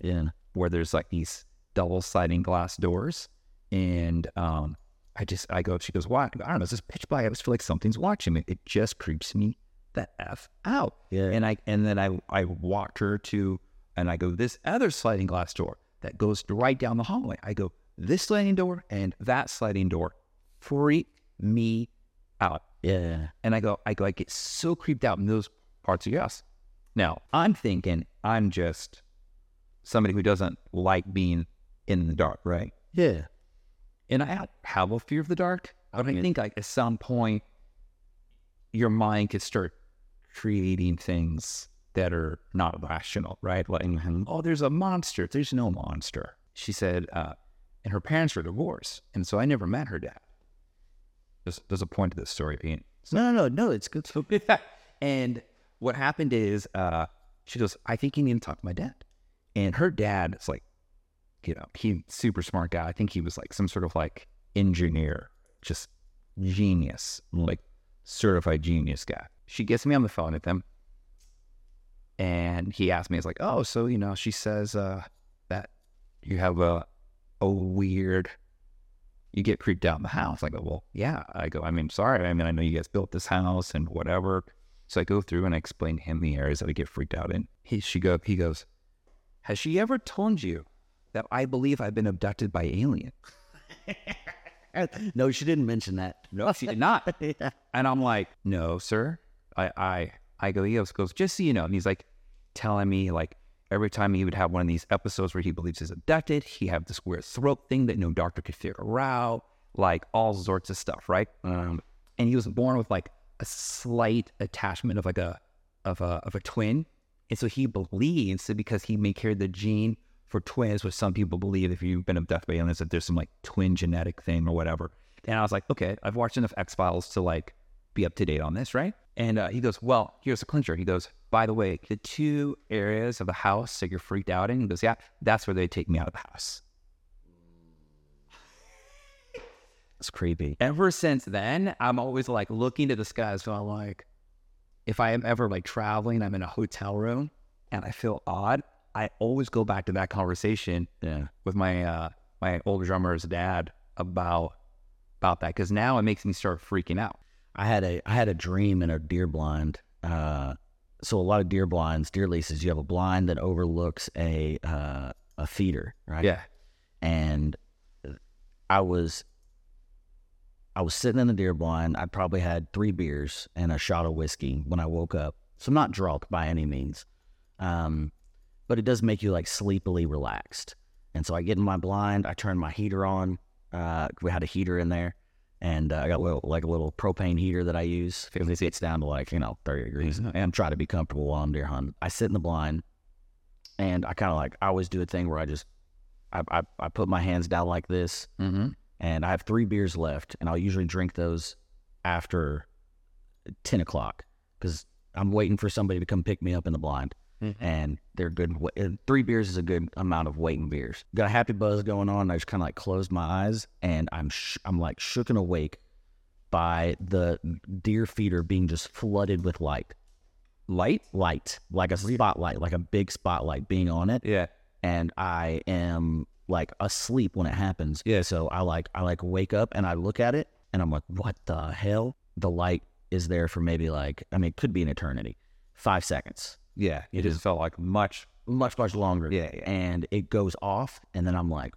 Speaker 6: Yeah.
Speaker 3: where there's like these double-siding glass doors, and um, I just I go. She goes, why? I don't know. It's just pitch black. I just feel like something's watching me. It just creeps me the f out.
Speaker 6: Yeah.
Speaker 3: And I and then I I walked her to and I go this other sliding glass door that goes right down the hallway. I go this sliding door and that sliding door freak me out.
Speaker 6: Yeah.
Speaker 3: And I go, I go, I get so creeped out in those parts of your house. Now I'm thinking I'm just somebody who doesn't like being in the dark, right?
Speaker 6: Yeah.
Speaker 3: And I don't have a fear of the dark, but I think like at some point your mind could start creating things that are not rational, right? Like,
Speaker 6: Mm-hmm.
Speaker 3: oh, there's a monster. There's no monster. She said, uh, and her parents were divorced, and so I never met her dad. There's, there's a point to this story, Ian.
Speaker 6: No, no, no. It's good.
Speaker 3: and what happened is uh, she goes, I think you need to talk to my dad. And her dad is like, you know, he super smart guy. I think he was like some sort of like engineer, just genius, like certified genius guy. She gets me on the phone with him. And he asked me, he's like, oh, so, you know, she says uh, that you have a, a weird you get creeped out in the house. I go, well, yeah. I go, I mean, sorry. I mean, I know you guys built this house and whatever. So I go through and I explain to him the areas that I get freaked out in. He, she go, he goes, has she ever told you that I believe I've been abducted by alien?
Speaker 6: No, she didn't mention that.
Speaker 3: No, she did not. And I'm like, no, sir. I, I, I go, he goes, goes, just so you know. And he's like telling me like every time he would have one of these episodes where he believes he's abducted, he have this weird throat thing that no doctor could figure out, like all sorts of stuff, right? Um, and he was born with like a slight attachment of like a, of a, of a twin. And so he believes that because he may carry the gene for twins, which some people believe if you've been abducted by aliens, that there's some like twin genetic thing or whatever. And I was like, okay, I've watched enough X Files to like be up to date on this, right? And uh, he goes, well, here's the clincher. He goes, by the way, the two areas of the house that you're freaked out in, he goes, yeah, that's where they take me out of the house.
Speaker 6: It's creepy.
Speaker 3: Ever since then, I'm always like looking to the skies, so I'm like, if I am ever like traveling, I'm in a hotel room and I feel odd. I always go back to that conversation
Speaker 6: Yeah.
Speaker 3: with my uh, my old drummer's dad about about that because now it makes me start freaking out.
Speaker 6: I had a I had a dream in a deer blind. Uh, so a lot of deer blinds, deer leases. You have a blind that overlooks a uh, a feeder, right?
Speaker 3: Yeah,
Speaker 6: and I was I was sitting in the deer blind. I probably had three beers and a shot of whiskey when I woke up. So I'm not drunk by any means. Um, but it does make you like sleepily relaxed. And so I get in my blind, I turn my heater on. Uh, we had a heater in there and uh, I got a little, like a little propane heater that I use. 'cause It gets down to like, you know, 30 degrees. And I'm trying to be comfortable while I'm deer hunting. I sit in the blind and I kind of like, I always do a thing where I just I, I, I put my hands down like this,
Speaker 3: Mm-hmm.
Speaker 6: and I have three beers left, and I'll usually drink those after ten o'clock because I'm waiting for somebody to come pick me up in the blind, and they're good. wa- uh, Three beers is a good amount of waiting beers. Got a happy buzz going on. and I just kind of like close my eyes, and I'm sh- I'm like shook and awake by the deer feeder being just flooded with light,
Speaker 3: light.
Speaker 6: light like a spotlight, like a big spotlight being on it
Speaker 3: Yeah,
Speaker 6: and I am like asleep when it happens. Yeah. So I like I like wake up and I look at it and I'm like, what the hell? The light is there for maybe like I mean it could be an eternity, five seconds,
Speaker 3: yeah. It just felt like much.
Speaker 6: much much longer.
Speaker 3: Yeah, yeah.
Speaker 6: And it goes off and then I'm like,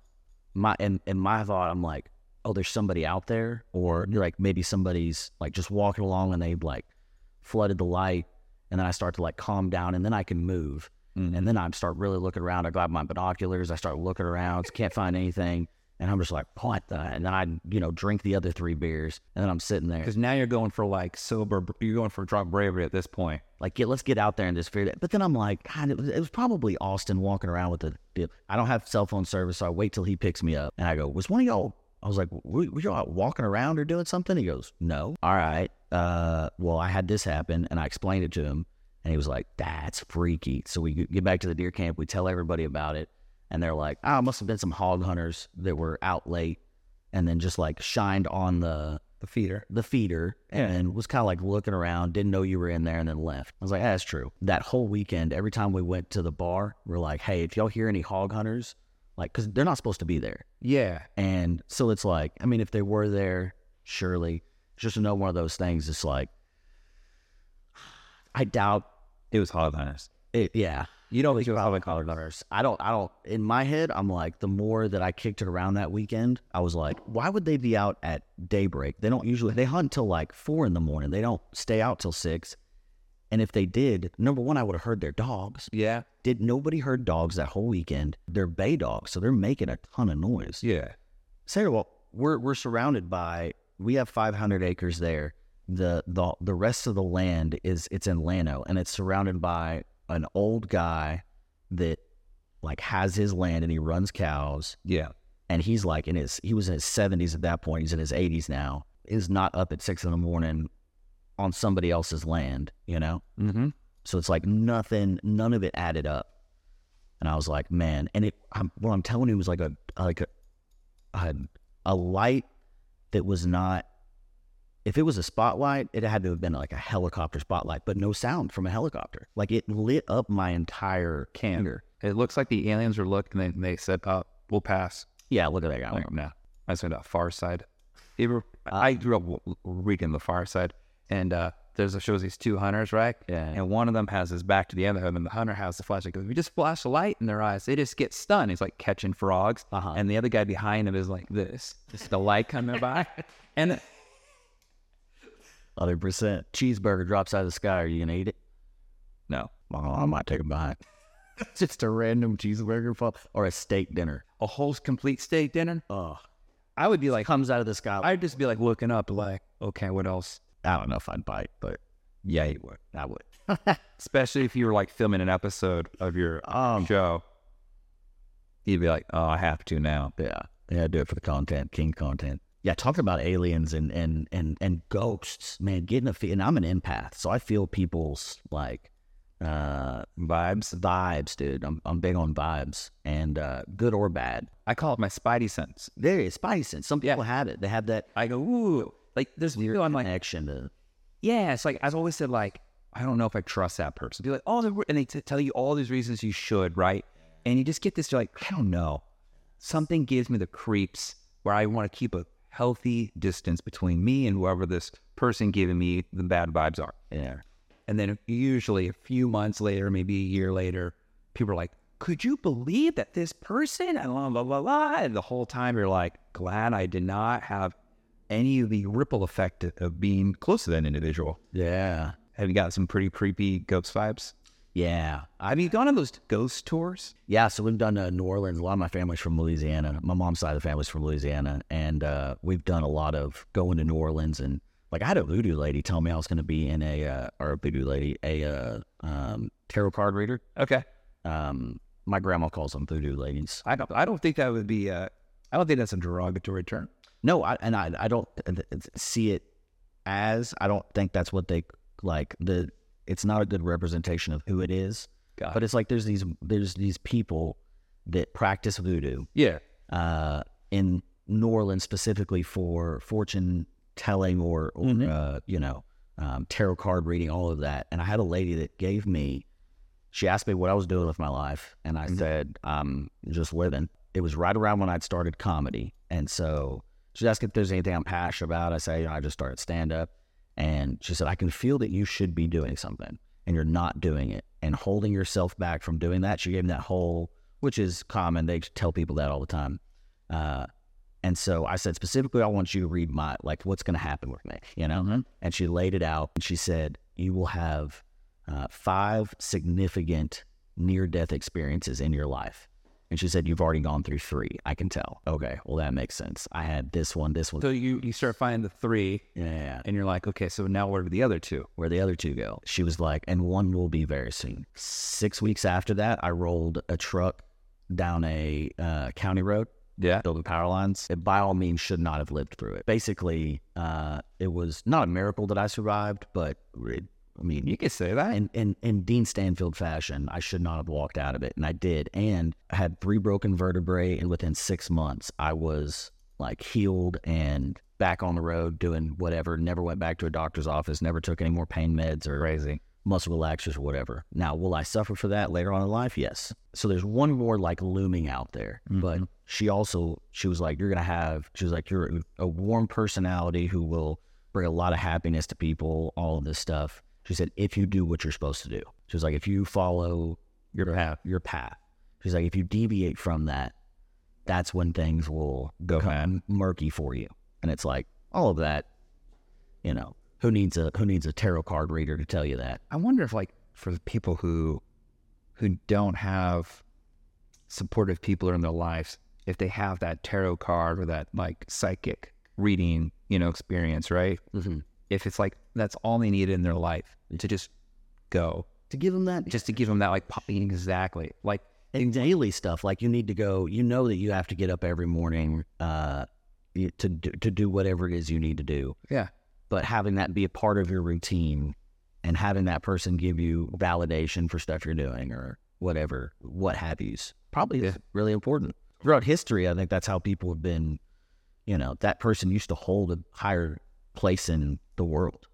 Speaker 6: my and in my thought I'm like, oh, there's somebody out there or you're like maybe somebody's like just walking along and they've like flooded the light and then I start to like calm down and then I can move. And then I start really looking around. I grab my binoculars. I start looking around. Can't find anything. And I'm just like, what the? And then I, you know, drink the other three beers. And then I'm sitting there.
Speaker 3: Because now you're going for like sober. You're going for drunk bravery at this point.
Speaker 6: Like, yeah, let's get out there and just figure it. But then I'm like, God, it was, it was probably Austin walking around with the. I don't have cell phone service, so I wait till he picks me up, and I go, "Was one of y'all?" I was like, "Were, were y'all out walking around or doing something?" He goes, "No." All right. Uh, well, I had this happen, and I explained it to him, and he was like, "That's freaky." So we get back to the deer camp. We tell everybody about it, and they're like, "Oh, it must have been some hog hunters that were out late, and then just like shined on the
Speaker 3: The feeder.
Speaker 6: the feeder and was kind of like looking around, didn't know you were in there, and then left. I was like, "Ah, that's true. That whole weekend, every time we went to the bar, we're like, hey, if y'all hear any hog hunters, like, because they're not supposed to be there.
Speaker 3: Yeah,
Speaker 6: And so it's like, I mean, if they were there, surely, just to know one of those things, it's like, I doubt
Speaker 3: it was hard honest.
Speaker 6: It, yeah. You don't think about color numbers. I don't. I don't. In my head, I'm like, the more that I kicked it around that weekend, I was like, why would they be out at daybreak? They don't usually. They hunt till like four in the morning. They don't stay out till six. And if they did, number one, I would have heard their dogs.
Speaker 3: Yeah.
Speaker 6: Did nobody heard dogs that whole weekend? They're bay dogs, so they're making a ton of noise.
Speaker 3: Yeah.
Speaker 6: Sarah, well, we're we're surrounded by we have 500 acres there. The the the rest of the land is it's in Lano and it's surrounded by an old guy that like has his land and he runs cows
Speaker 3: Yeah.
Speaker 6: and he's like in his he was in his 70s at that point. He's in his 80s now. Is not up at six in the morning on somebody else's land, you know.
Speaker 3: Mm-hmm.
Speaker 6: So it's like nothing, none of it added up. And I was like, man, and it, I'm, what I'm telling you was like a, like a, a, a light that was not, if it was a spotlight, it had to have been like a helicopter spotlight, but no sound from a helicopter. Like it lit up my entire
Speaker 3: Camp.
Speaker 6: camper.
Speaker 3: It looks like the aliens were looking and they said, uh, we'll pass.
Speaker 6: Yeah, look at that guy.
Speaker 3: Like, nah. I said, uh, Far Side. You ever-
Speaker 6: Ah.
Speaker 3: I grew up w- w- reading The Far Side, and uh, there's a shows these two hunters, right?
Speaker 6: Yeah.
Speaker 3: And one of them has his back to the other, and the hunter has the flashlight. Goes, if you just flash a light in their eyes, they just get stunned. He's like catching frogs,
Speaker 6: Uh-huh.
Speaker 3: and the other guy behind him is like this, just the light coming by, and
Speaker 6: Other percent. Cheeseburger drops out of the sky. Are you going to eat it?
Speaker 3: no,
Speaker 6: Oh, I might take a bite. Just a random cheeseburger fall, or a steak dinner.
Speaker 3: a whole complete steak dinner.
Speaker 6: Oh,
Speaker 3: I would be like,
Speaker 6: comes out of the sky.
Speaker 3: I'd just be like looking up, like, okay, what else?
Speaker 6: I don't know if I'd bite, but yeah, you would. I would.
Speaker 3: Especially if you were like filming an episode of your
Speaker 6: Um,
Speaker 3: show, you'd be like, oh, I have to now.
Speaker 6: Yeah, yeah, I'd do it for the content, king content. Yeah, talking about aliens and and and and ghosts, man, getting a feel. And I'm an empath, so I feel people's like uh vibes, vibes, dude. I'm I'm big on vibes, and uh good or bad.
Speaker 3: I call it my spidey sense.
Speaker 6: There is spidey sense. Some
Speaker 3: Yeah.
Speaker 6: people have it. They have that
Speaker 3: I go, ooh, like there's
Speaker 6: weird
Speaker 3: people I'm like,
Speaker 6: connection to.
Speaker 3: yeah. It's like I've always said, like I don't know if I trust that person. Be like, oh, they're- and they t- tell you all these reasons you should, right? And you just get this, you're like, I don't know. Something gives me the creeps where I want to keep a healthy distance between me and whoever this person giving me the bad vibes are.
Speaker 6: Yeah,
Speaker 3: And then usually a few months later, maybe a year later, people are like, could you believe that this person? And la, la, la, la. And the whole time you're like, glad I did not have any of the ripple effect of- of being close to that individual.
Speaker 6: yeah,
Speaker 3: Have you got some pretty creepy ghost vibes?
Speaker 6: yeah.
Speaker 3: Have you gone on those ghost tours?
Speaker 6: Yeah, so we've done uh, New Orleans. A lot of my family's from Louisiana. My mom's side of the family's from Louisiana, and uh, we've done a lot of going to New Orleans. And like, I had a voodoo lady tell me I was going to be in a uh, or a voodoo lady, a uh, um, tarot card reader.
Speaker 3: Okay.
Speaker 6: Um, my grandma calls them voodoo ladies.
Speaker 3: I don't, I don't think that would be, uh, I don't think that's a derogatory term.
Speaker 6: No, I, and I I don't uh, th- see it as I don't think that's what they like the. It's not a good representation of who it is,
Speaker 3: Got
Speaker 6: but it's like there's these there's these people that practice voodoo
Speaker 3: Yeah.
Speaker 6: uh, in New Orleans specifically for fortune telling or, or uh, you know um, tarot card reading, all of that. And I had a lady that gave me. She asked me what I was doing with my life, and I said, "I'm just living." It was right around when I'd started comedy, and so she asked if there's anything I'm passionate about. I say, you know, "I just started stand up," and she said, "I can feel that you should be doing something, and you're not doing it, and holding yourself back from doing that." She gave me that whole, which is common. They tell people that all the time. Uh, and so I said, specifically, I want you to read my, like, what's going to happen with me, you know? And she laid it out and she said, you will have uh, five significant near death experiences in your life. And she said, you've already gone through three. I can tell. Okay. Well, that makes sense. I had this one, this one.
Speaker 3: So you, you start finding the three
Speaker 6: yeah.
Speaker 3: and you're like, okay, so now where do the other two?
Speaker 6: Where the other two go. She was like, and one will be very soon. Six weeks after that, I rolled a truck down a uh, county road.
Speaker 3: Yeah.
Speaker 6: building power lines, it by all means should not have lived through it. Basically, uh, it was not a miracle that I survived, but it, I mean,
Speaker 3: You could say that.
Speaker 6: in, in, in Dean Stanfield fashion, I should not have walked out of it. And I did. And I had three broken vertebrae. And within six months, I was like healed and back on the road doing whatever. Never went back to a doctor's office, never took any more pain meds or
Speaker 3: Crazy.
Speaker 6: muscle relaxers or whatever. Now, will I suffer for that later on in life? Yes. So there's one more like looming out there. But she also she was like, You're gonna have she was like, You're a warm personality who will bring a lot of happiness to people, all of this stuff. She said, if you do what you're supposed to do. She was like, if you follow your path, your path. She's like, if you deviate from that, that's when things will go murky for you. And it's like all of that, you know, who needs a who needs a tarot card reader to tell you that?
Speaker 2: I wonder if like for the people who who don't have supportive people in their lives, if they have that tarot card or that like psychic reading, you know, experience, right?
Speaker 6: Mhm.
Speaker 2: If it's like that's all they needed in their life to just go,
Speaker 6: Mm-hmm. To give them that
Speaker 2: just to give them that like popping exactly, like
Speaker 6: and daily stuff like you need to go you know that you have to get up every morning uh y- to do, to do whatever it is you need to do
Speaker 2: yeah,
Speaker 6: but having that be a part of your routine and having that person give you validation for stuff you're doing or whatever what have yous probably is really important throughout history i think that's how people have been you know that person used to hold a higher place in the world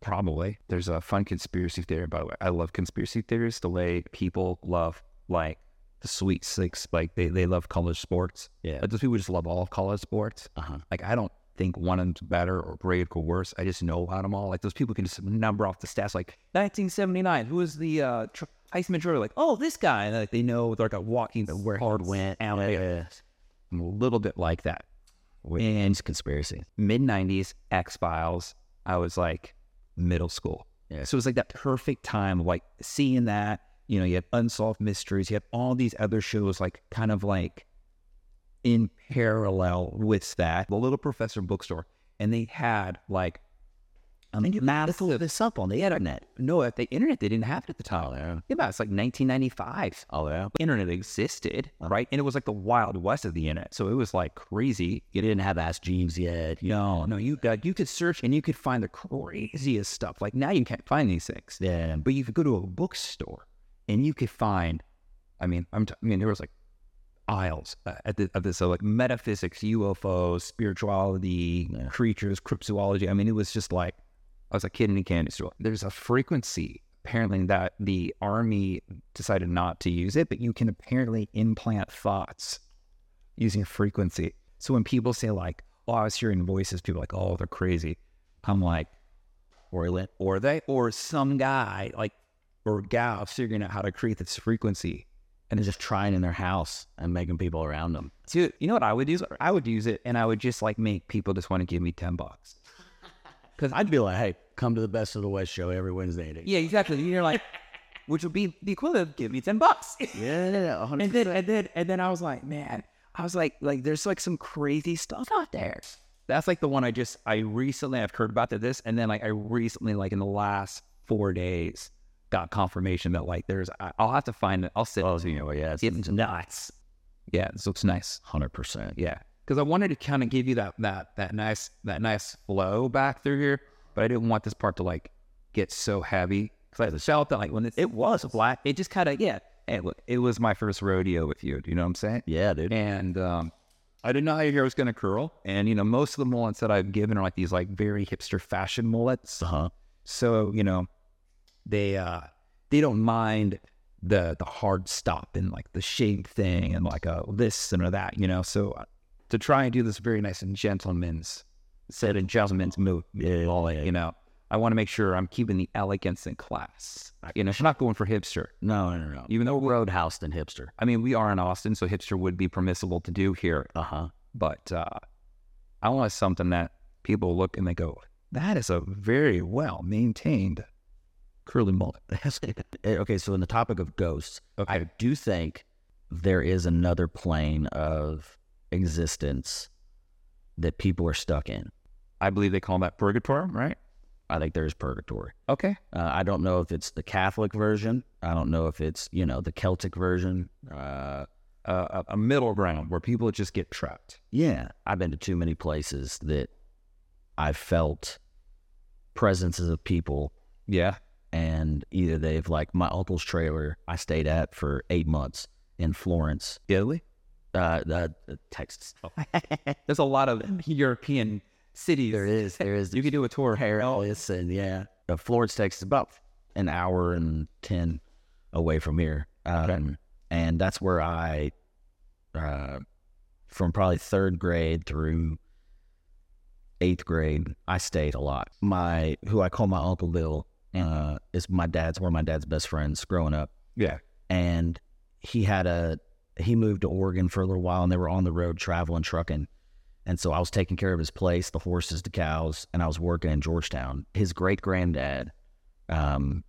Speaker 2: probably.
Speaker 3: There's a fun conspiracy theory, by the way. I love conspiracy theories. The way people love like the sweet six, like they, they love college sports.
Speaker 6: Yeah.
Speaker 3: Like, those people just love all of college sports.
Speaker 6: uh-huh
Speaker 3: Like I don't think one of them's better or great or worse. I just know about them all. Like those people can just number off the stats. Like 1979, who was the uh, tr- Heisman Trophy? Like oh, this guy. And, like they know they're like a walking where hard went.
Speaker 6: and
Speaker 3: I'm a little bit like that.
Speaker 6: it's conspiracy
Speaker 3: Mid 90s X Files. I was like middle school.
Speaker 6: Yeah.
Speaker 3: So it was like that perfect time, of, like seeing that. You know, you have unsolved mysteries. You have all these other shows, like kind of like in parallel with that. The Little Professor bookstore, and they had like
Speaker 6: i mean you math
Speaker 3: massive-
Speaker 6: this up on the internet
Speaker 3: no at the internet. They didn't have it at the time. Yeah, it's like 1995.
Speaker 6: oh yeah
Speaker 3: Internet existed, right? And it was like the wild west of the internet, so it was like crazy.
Speaker 6: you didn't have ass jeans yet you
Speaker 3: No, no, you got you could search and you could find the craziest stuff. Like now you can't find these things.
Speaker 6: Yeah.
Speaker 3: But you could go to a bookstore and you could find. I mean, I'm. T- I mean, there was like aisles uh, at the, of this so like metaphysics, UFOs, spirituality, creatures, cryptozoology. I mean, it was just like I was a kid in a candy store. There's a frequency apparently that the army decided not to use it, but you can apparently implant thoughts using frequency. So when people say like, "Oh, I was hearing voices," people are like, "Oh, they're crazy." I'm like,
Speaker 6: or lit
Speaker 3: or they or some guy like or gal figuring out how to create this frequency.
Speaker 6: and they're just trying in their house and making people around them.
Speaker 3: Dude, you know what I would use? I would use it, and I would just like make people just want to give me ten bucks.
Speaker 6: I'd be like, hey, come to the Best of the West show every Wednesday. at eight."
Speaker 3: Yeah, exactly. And you're like, which would be the equivalent of give me ten bucks.
Speaker 6: Yeah, yeah, yeah, 100%.
Speaker 3: And then and then and then I was like, man, I was like, like there's like some crazy stuff out there. That's like the one I just I recently I've heard about this, and then like I recently like in the last four days got confirmation that like there's I, I'll have to find it. I'll sit.
Speaker 6: Oh, so you know, yeah, it's,
Speaker 3: it's nuts. Yeah, so it's nice.
Speaker 6: 100%.
Speaker 3: Yeah, because I wanted to kind of give you that that that nice that nice flow back through here, but I didn't want this part to like get so heavy because I felt that like when it, it was black, it just kind of yeah. Hey, look, it was my first rodeo with you. Do you know what I'm saying?
Speaker 6: Yeah, dude.
Speaker 3: And um, I didn't know how your hair was going to curl. And you know, most of the mullets that I've given are like these like very hipster fashion mullets.
Speaker 6: Uh-huh.
Speaker 3: So you know, they uh they don't mind the the hard stop and like the shape thing and like uh this and that. You know, so uh, to try and do this very nice and gentleman's said in gentleman's mood. You know, I want to make sure I'm keeping the elegance in class. You know, she's not going for hipster,
Speaker 6: No, no, no, no.
Speaker 3: even though we're.
Speaker 6: Roadhouse than hipster.
Speaker 3: I mean, we are in Austin, so hipster would be permissible to do here
Speaker 6: Uh huh.
Speaker 3: but uh, I want something that people look and they go, that is a very well maintained curly mullet.
Speaker 6: Eh, okay, so in the topic of ghosts,
Speaker 3: Okay.
Speaker 6: I do think there is another plane of existence that people are stuck in.
Speaker 3: I believe they call that purgatory, right?
Speaker 6: I think there's purgatory.
Speaker 3: Okay.
Speaker 6: Uh, I don't know if it's the Catholic version. I don't know if it's, you know, the Celtic version. Uh,
Speaker 3: Uh, a, a middle ground where people just get trapped.
Speaker 6: Yeah, I've been to too many places that I've felt presences of people,
Speaker 3: Yeah.
Speaker 6: and either they've like my uncle's trailer I stayed at for eight months in Florence,
Speaker 3: Italy.
Speaker 6: uh, uh Texas.
Speaker 3: There's a lot of European cities.
Speaker 6: There is, there is.
Speaker 3: You could do a tour.
Speaker 6: hair, oh, and yeah, uh, Florence, Texas, about an hour and ten away from here, um, and that's where I, uh, from probably third grade through eighth grade, I stayed a lot. My who I call my Uncle Bill, Uh, is my dad's one of my dad's best friends growing up.
Speaker 2: Yeah.
Speaker 6: and he had a he moved to Oregon for a little while, and they were on the road traveling trucking. And so I was taking care of his place, the horses, the cows, and I was working in Georgetown. His great granddad um,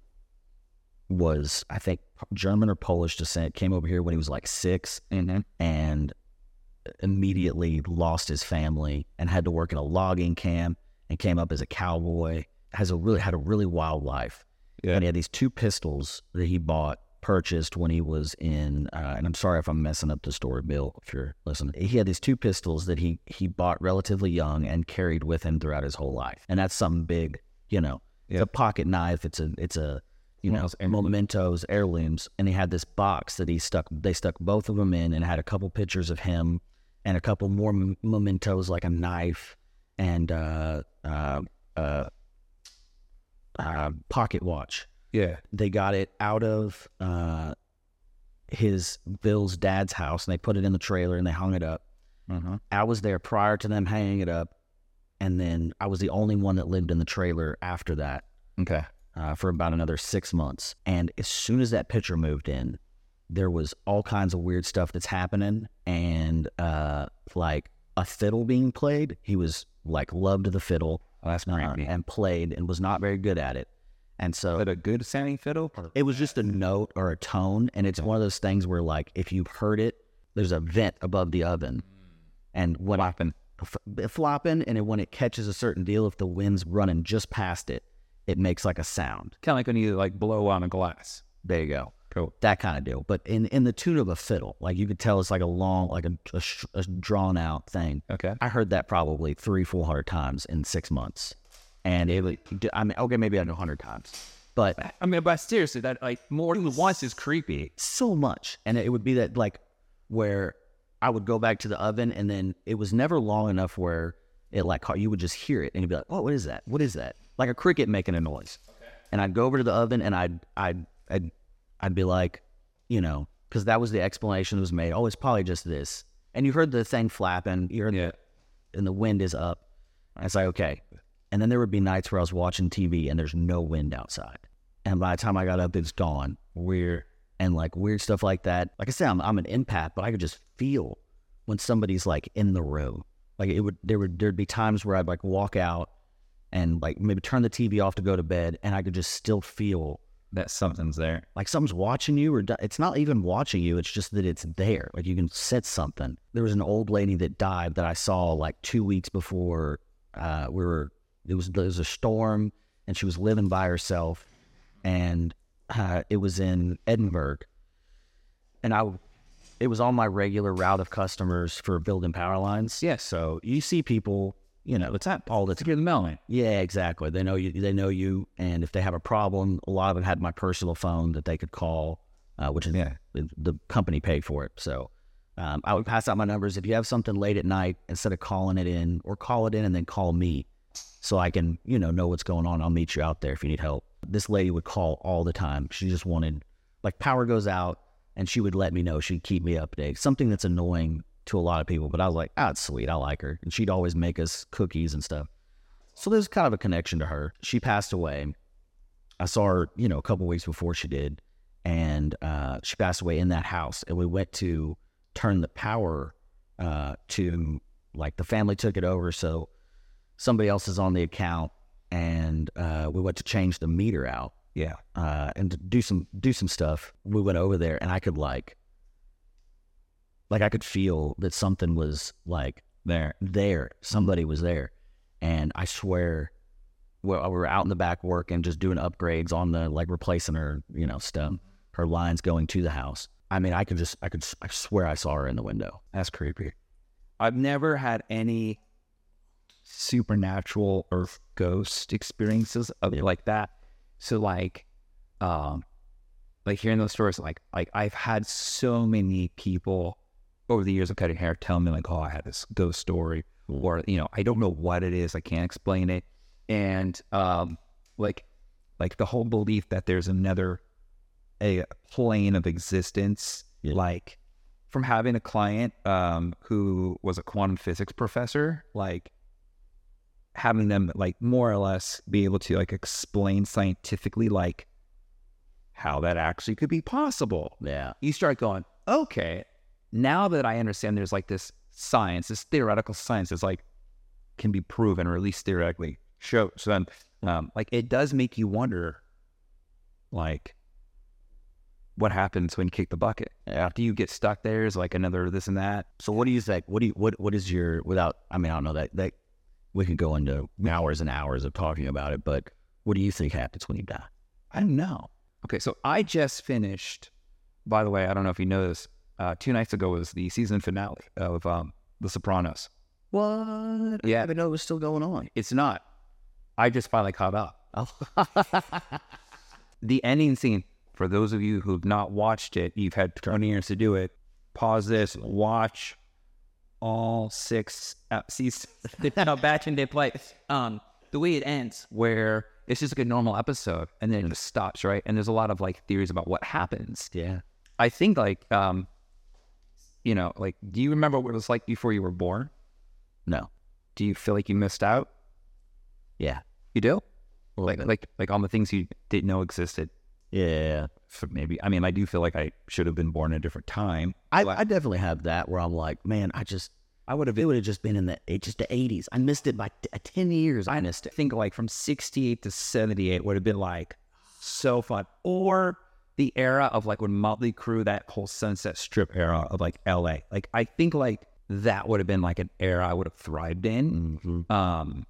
Speaker 6: was, I think, German or Polish descent. Came over here when he was like six,
Speaker 3: Mm-hmm.
Speaker 6: and immediately lost his family and had to work in a logging camp and came up as a cowboy. Has a really had a really wild life.
Speaker 2: Yeah.
Speaker 6: And he had these two pistols that he bought, purchased when he was in. Uh, and I'm sorry if I'm messing up the story, Bill. If you're listening, he had these two pistols that he he bought relatively young and carried with him throughout his whole life. And that's something big, you know. It's
Speaker 2: Yeah.
Speaker 6: a pocket knife. It's a it's a you know mementos, heirlooms, and he had this box that he stuck. They stuck both of them in, and had a couple pictures of him, and a couple more m- mementos like a knife and uh, uh, uh, uh, pocket watch.
Speaker 2: Yeah.
Speaker 6: They got it out of uh, his Bill's dad's house, and they put it in the trailer and they hung it up.
Speaker 3: Mm-hmm.
Speaker 6: I was there prior to them hanging it up, and then I was the only one that lived in the trailer after that
Speaker 3: Okay.
Speaker 6: uh, for about another six months. And as soon as that pitcher moved in, there was all kinds of weird stuff that's happening, and uh, like a fiddle being played. He was like loved the fiddle
Speaker 3: Well, that's
Speaker 6: uh,
Speaker 3: creepy.
Speaker 6: and played, and was not very good at it. And so
Speaker 3: But a good sounding fiddle. or-
Speaker 6: it was just a note or a tone, and it's one of those things where like if you've heard it, there's a vent above the oven, and when flopping, flopping, and it, when it catches a certain deal, if the wind's running just past it, it makes like a sound.
Speaker 3: kind of like when you like blow on a glass.
Speaker 6: There you go.
Speaker 3: Cool.
Speaker 6: That kind of deal. But in in the tune of a fiddle, like you could tell it's like a long, like a, a, sh- a drawn out thing.
Speaker 3: Okay.
Speaker 6: I heard that probably three, four hundred times in six months, and it. was- I mean, okay, maybe I know hundred times, but
Speaker 3: I mean, but seriously, that like more than once is creepy.
Speaker 6: so much. And it would be that like where I would go back to the oven and then it was never long enough where it like caught you would just hear it and you'd be like, Oh, what is that? What is that? Like a cricket making a noise. And I'd go over to the oven and I'd I'd I'd I'd be like, you know, because that was the explanation that was made. Oh, it's probably just this. And you heard the thing flapping, you heard
Speaker 3: Yeah.
Speaker 6: and the wind is up. And it's like, okay. And then there would be nights where I was watching TV and there's no wind outside. And by the time I got up, it's gone. Weird. And like weird stuff like that. Like I said, I'm, I'm an empath, but I could just feel when somebody's like in the room. Like it would, there would, there'd be times where I'd like walk out and like maybe turn the TV off to go to bed and I could just still feel
Speaker 3: That something's there.
Speaker 6: like something's watching you or di- it's not even watching you it's just that it's there like you can sense something there was an old lady that died that i saw like two weeks before uh, we were it was there was a storm and she was living by herself and uh, it was in edinburgh and i it was on my regular route of customers for building power lines
Speaker 3: Yeah,
Speaker 6: so you see people you know it's not all the
Speaker 3: It's good melon.
Speaker 6: yeah, exactly. They know you. They know you, and if they have a problem, a lot of them had my personal phone that they could call, uh, which is
Speaker 2: Yeah.
Speaker 6: the, the company paid for it. So um, I would pass out my numbers. If you have something late at night, instead of calling it in, or call it in and then call me, so I can you know know what's going on. I'll meet you out there if you need help. This lady would call all the time. She just wanted like power goes out, and she would let me know. She'd keep me updated. Something that's annoying to a lot of people, but I was like, ah, it's sweet. I like her, and she'd always make us cookies and stuff. So there's kind of a connection to her. She passed away. I saw her, you know, a couple weeks before she did, and uh, she passed away in that house. And we went to turn the power uh, to like the family took it over, so somebody else is on the account, and uh, we went to change the meter out.
Speaker 2: Yeah.
Speaker 6: uh, and to do some do some stuff. We went over there, and I could like, like I could feel that something was like
Speaker 3: There.
Speaker 6: there. Somebody was there. And I swear, well, we were out in the back working, just doing upgrades on the like replacing her, you know, stuff, her lines going to the house. I mean, I could just, I could, I swear I saw her in the window.
Speaker 2: That's creepy.
Speaker 3: I've never had any supernatural or ghost experiences of like that. So like, um, like hearing those stories, like like I've had so many people over the years of cutting hair tell me like, oh, I had this ghost story, or you know, I don't know what it is, I can't explain it, and um, like like the whole belief that there's another a plane of existence,
Speaker 6: Yeah.
Speaker 3: like from having a client um, who was a quantum physics professor, like having them like more or less be able to like explain scientifically like how that actually could be possible.
Speaker 6: Yeah.
Speaker 3: You start going, okay, now that I understand there's like this science, this theoretical science that's like can be proven or at least theoretically show. So then um, like it does make you wonder like what happens when you kick the bucket? After you get stuck there is like another this and that.
Speaker 6: So what do you think? What do you what what is your without? I mean, I don't know that that we could go into hours and hours of talking about it, but what do you think happens when you die?
Speaker 3: I don't know. Okay, so I just finished. By the way, I don't know if you know this. Uh, two nights ago was the season finale of um, The Sopranos.
Speaker 6: What?
Speaker 3: Yeah.
Speaker 6: I didn't know it was still going on.
Speaker 3: It's not. I just finally caught up.
Speaker 6: Oh.
Speaker 3: The ending scene. For those of you who've not watched it, you've had 20 years to do it. Pause this. Watch all six uh, seasons.
Speaker 7: no, back in day play. Um, the way it ends.
Speaker 3: where it's just like a normal episode and then it just stops, right? And there's a lot of like theories about what happens.
Speaker 6: yeah.
Speaker 3: I think like um you know, like do you remember what it was like before you were born?
Speaker 6: No.
Speaker 3: Do you feel like you missed out?
Speaker 6: Yeah.
Speaker 3: You do? Like like like on the things you didn't know existed.
Speaker 6: Yeah.
Speaker 3: For maybe I mean I do feel like I should have been born at a different time.
Speaker 6: I, I definitely have that where I'm like, man, I just I would have it would have just been in the it just the 80s. I missed it by t- uh, 10 years. I missed
Speaker 3: I
Speaker 6: it.
Speaker 3: think like from 68 to 78 would have been like so fun. Or the era of like when Motley Crue, that whole Sunset Strip era of like LA. Like I think like that would have been like an era I would have thrived in. Um,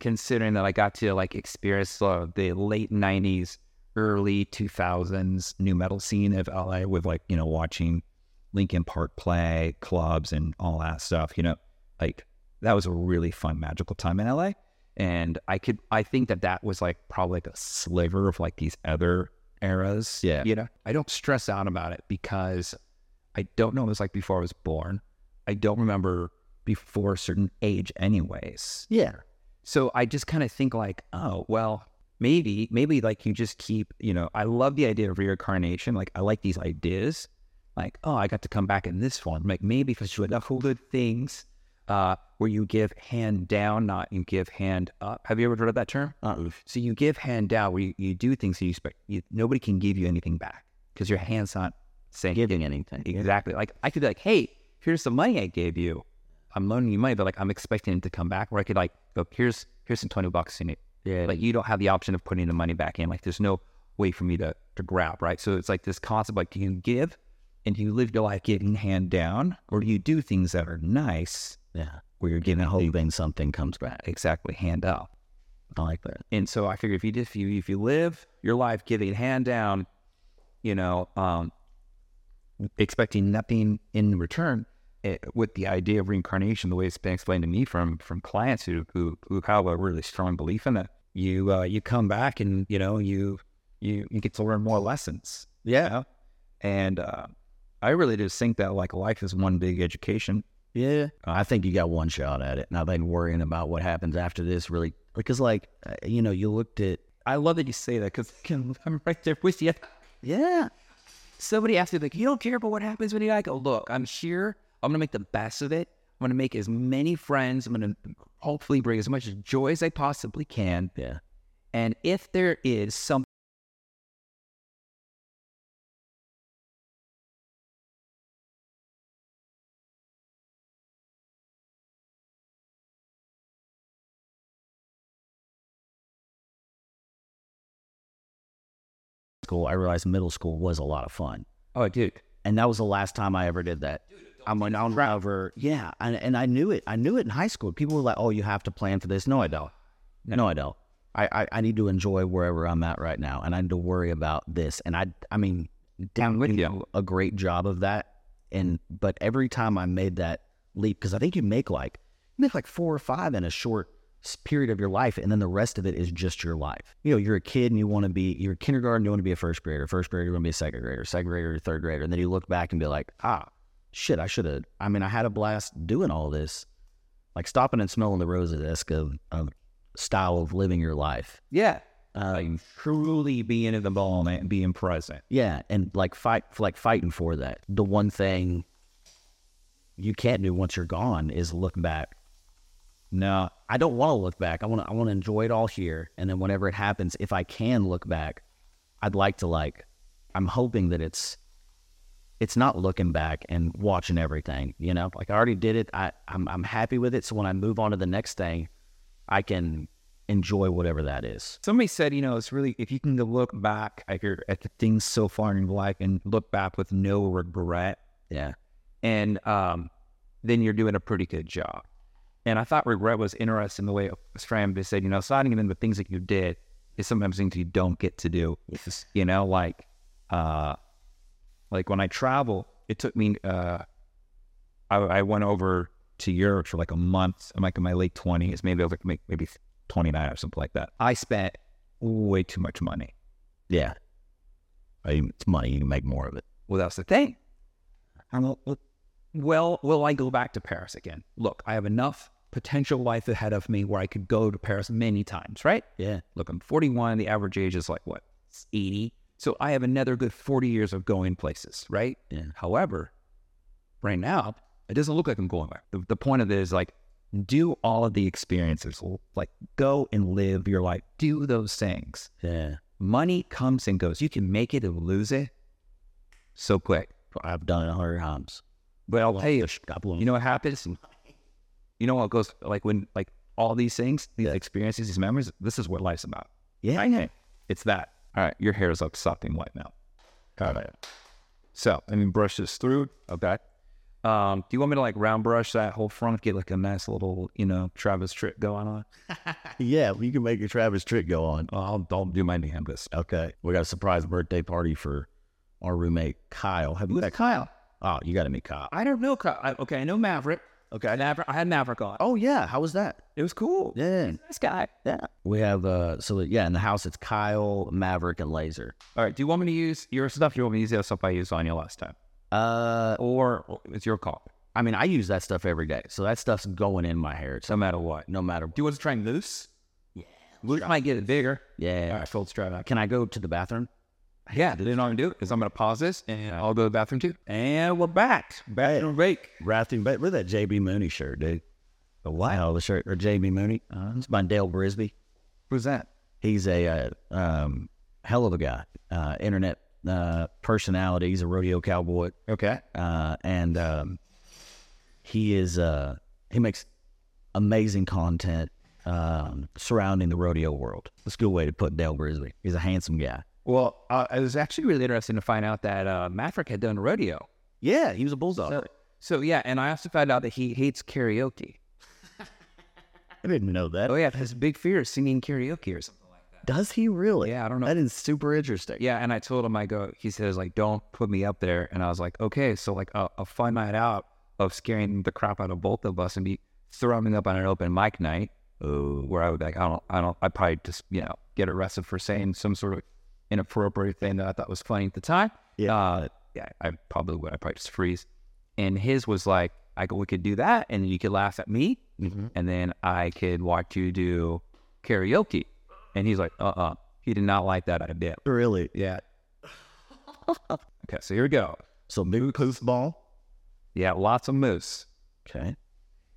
Speaker 3: considering that I got to like experience uh, the late 90s, early 2000s new metal scene of LA with like, you know, watching Linkin Park play clubs and all that stuff, you know, like that was a really fun, magical time in LA and I could I think that that was like probably like a sliver of like these other eras.
Speaker 6: Yeah.
Speaker 3: you know, I don't stress out about it because I don't know what it was like before I was born. I don't remember before a certain age, anyways.
Speaker 6: Yeah.
Speaker 3: So I just kind of think like, oh well, maybe maybe like you just keep you know I love the idea of reincarnation. Like I like these ideas. Like oh I got to come back in this form. Like maybe if I do enough good things. Uh, where you give hand down, not you give hand up. Have you ever heard of that term?
Speaker 6: Uh-uh.
Speaker 3: So you give hand down, where you, you do things that you expect you, nobody can give you anything back because your hand's not saying
Speaker 6: Giving anything.
Speaker 3: Exactly. Like I could be like, hey, here's the money I gave you. I'm loaning you money, but like I'm expecting it to come back. Or I could like go, here's here's some twenty bucks in it.
Speaker 6: Yeah.
Speaker 3: Like you don't have the option of putting the money back in. Like there's no way for me to to grab, right? So it's like this concept like you give and you live your life giving hand down, or you do things that are nice
Speaker 6: Yeah.
Speaker 3: where you're giving
Speaker 6: And
Speaker 3: a whole
Speaker 6: hoping something comes back.
Speaker 3: exactly hand up.
Speaker 6: I like that.
Speaker 3: And so I figure if you if you if you live your life giving hand down, you know, um, expecting nothing in return, it, with the idea of reincarnation, the way it's been explained to me from from clients who who, who have a really strong belief in it, you uh, you come back and you know you you you get to learn more lessons. Yeah, and uh, I really just think that like life is one big education.
Speaker 6: Yeah. Uh, I think you got one shot at it. And I think worrying about what happens after this really, because like, uh, you know, you looked at,
Speaker 3: I love that you say that because I'm right there with you.
Speaker 6: yeah,
Speaker 7: Somebody asked me, like, you don't care about what happens when you die? I go, look, I'm here. I'm going to make the best of it.
Speaker 3: I'm going to make as many friends. I'm going to hopefully bring as much joy as I possibly can.
Speaker 6: Yeah.
Speaker 3: And if there is some
Speaker 6: school, I realized middle school was a lot of fun.
Speaker 3: oh, dude,
Speaker 6: And that was the last time I ever did that. I'm like, I'll never. Yeah. And, and I knew it. I knew it in high school. People were like, oh, you have to plan for this. No, I don't. No, I don't. I, I, I need to enjoy wherever I'm at right now. And I need to worry about this. And I, I mean,
Speaker 3: I'm with
Speaker 6: do
Speaker 3: you.
Speaker 6: a great job of that. And but every time I made that leap, because I think you make like you make like four or five in a short s- period of your life, and then the rest of it is just your life. You know, you're a kid and you want to be you're kindergarten, you want to be a first grader, first grader, you want to be a second grader, second grader, a third grader, and then you look back and be like, ah, shit, I should have. I mean, I had a blast doing all this, like stopping and smelling the roses of, of style of living your life.
Speaker 3: yeah, Uh,
Speaker 6: Um,
Speaker 3: truly being in the moment and being present.
Speaker 6: yeah, and like fight, like fighting for that. The one thing you can't do once you're gone is look back
Speaker 2: No,
Speaker 6: I don't want to look back. I want to I want to enjoy it all here, and then whenever it happens, if I can look back, I'd like to like. I'm hoping that it's it's not looking back and watching everything. You know, like I already did it. I I'm I'm happy with it. So when I move on to the next thing, I can enjoy whatever that is.
Speaker 3: Somebody said, you know, it's really if you can go look back at your at the things so far in your life and look back with no regret,
Speaker 6: Yeah.
Speaker 3: and um, then you're doing a pretty good job. And I thought regret was interesting the way Stram said, you know, it's not even the things that you did, it's sometimes things you don't get to do. You know, like uh like when I travel, it took me uh I, I went over to Europe for like a month. I'm like in my late twenties, maybe I was like may- maybe twenty nine or something like that. I spent way too much money.
Speaker 6: Yeah. I mean, it's money. You can make more of it.
Speaker 3: Well, that's the thing. I'm like, well, well, will I go back to Paris again? Look, I have enough potential life ahead of me where I could go to Paris many times, right?
Speaker 6: Yeah.
Speaker 3: Look, I'm 41. The average age is like what, 80? So I have another good 40 years of going places, right?
Speaker 6: Yeah.
Speaker 3: However, right now, it doesn't look like I'm going back. The, the point of it is like, do all of the experiences. Like, go and live your life. Do those things
Speaker 6: Yeah.
Speaker 3: money comes and goes. You can make it and lose it so quick.
Speaker 6: I've done it a hundred times.
Speaker 3: But I'll tell you,
Speaker 6: I've blown-
Speaker 3: you know what happens? You know what goes like when like all these things, these
Speaker 6: Yeah.
Speaker 3: experiences, these memories. This is what life's about.
Speaker 6: Yeah.
Speaker 3: I know. It's that. All right, your hair is up something white now. All right. So let me brush this through. Okay. Um, do you want me to like round brush that whole front, get like a nice little you know Travis trick going on?
Speaker 6: Yeah, you can make your Travis trick go on.
Speaker 3: I'll I'll do my damnedest.
Speaker 6: Okay. We got a surprise birthday party for our roommate Kyle. Have you
Speaker 7: Who's
Speaker 6: met
Speaker 7: Kyle?
Speaker 6: Oh, you got to meet Kyle.
Speaker 7: I don't know Kyle. I, okay, I know Maverick.
Speaker 6: Okay.
Speaker 7: Maverick. I had Maverick on.
Speaker 6: Oh yeah, how was that?
Speaker 7: It was cool.
Speaker 6: Yeah,
Speaker 7: Nice guy.
Speaker 6: yeah. We have uh, so yeah, in the house it's Kyle, Maverick, and Laser.
Speaker 3: All right. Do you want me to use your stuff? Do you want me to use the stuff I used on you last time?
Speaker 6: Uh,
Speaker 3: or it's your call.
Speaker 6: I mean, I use that stuff every day, so that stuff's going in my hair. So
Speaker 3: No matter what.
Speaker 6: no matter.
Speaker 3: Do you want to try loose? Yeah. Loose might get it bigger.
Speaker 6: Yeah.
Speaker 3: All right, Phil, let's try that.
Speaker 6: Can I go to the bathroom?
Speaker 3: Yeah, they didn't want to do it because I'm going to pause this and I'll go to the bathroom too. And we're back.
Speaker 6: Back.
Speaker 3: break.
Speaker 6: Bathroom. But with that JB Mooney shirt, dude. The what? Oh, the shirt or JB Mooney? it's by Dale Brisby.
Speaker 3: Who's that?
Speaker 6: He's a uh, um, hell of a guy, uh, internet uh, personality. He's a rodeo cowboy,
Speaker 3: Okay.
Speaker 6: uh, and um, he is uh, he makes amazing content um, surrounding the rodeo world. That's a good way to put Dale Brisby. He's a handsome guy.
Speaker 3: Well, uh, it was actually really interesting to find out that uh, Maverick had done rodeo.
Speaker 6: Yeah, he was a bulldog.
Speaker 3: So, so, yeah, and I also found out that he hates karaoke.
Speaker 6: I didn't know that.
Speaker 3: Oh, yeah, his big fear is singing karaoke or something.
Speaker 6: Does he really?
Speaker 3: Yeah, I don't know.
Speaker 6: That is super interesting.
Speaker 3: Yeah, and I told him, I go, he says, like, don't put me up there. And I was like, okay, so like a, a fun night out of scaring the crap out of both of us and be throwing up on an open mic night where I would like, I don't, I don't, I probably just, you know, get arrested for saying some sort of inappropriate thing that I thought was funny at the time.
Speaker 6: Yeah.
Speaker 3: Uh, yeah, I probably would. I probably just freeze. And his was like, I go, we could do that and you could laugh at me
Speaker 6: Mm-hmm.
Speaker 3: and then I could watch you do karaoke. And he's like, uh uh He did not like that idea.
Speaker 6: Really?
Speaker 3: Yeah. okay, so here we go.
Speaker 6: So big poof ball.
Speaker 3: Yeah, lots of moose.
Speaker 6: Okay.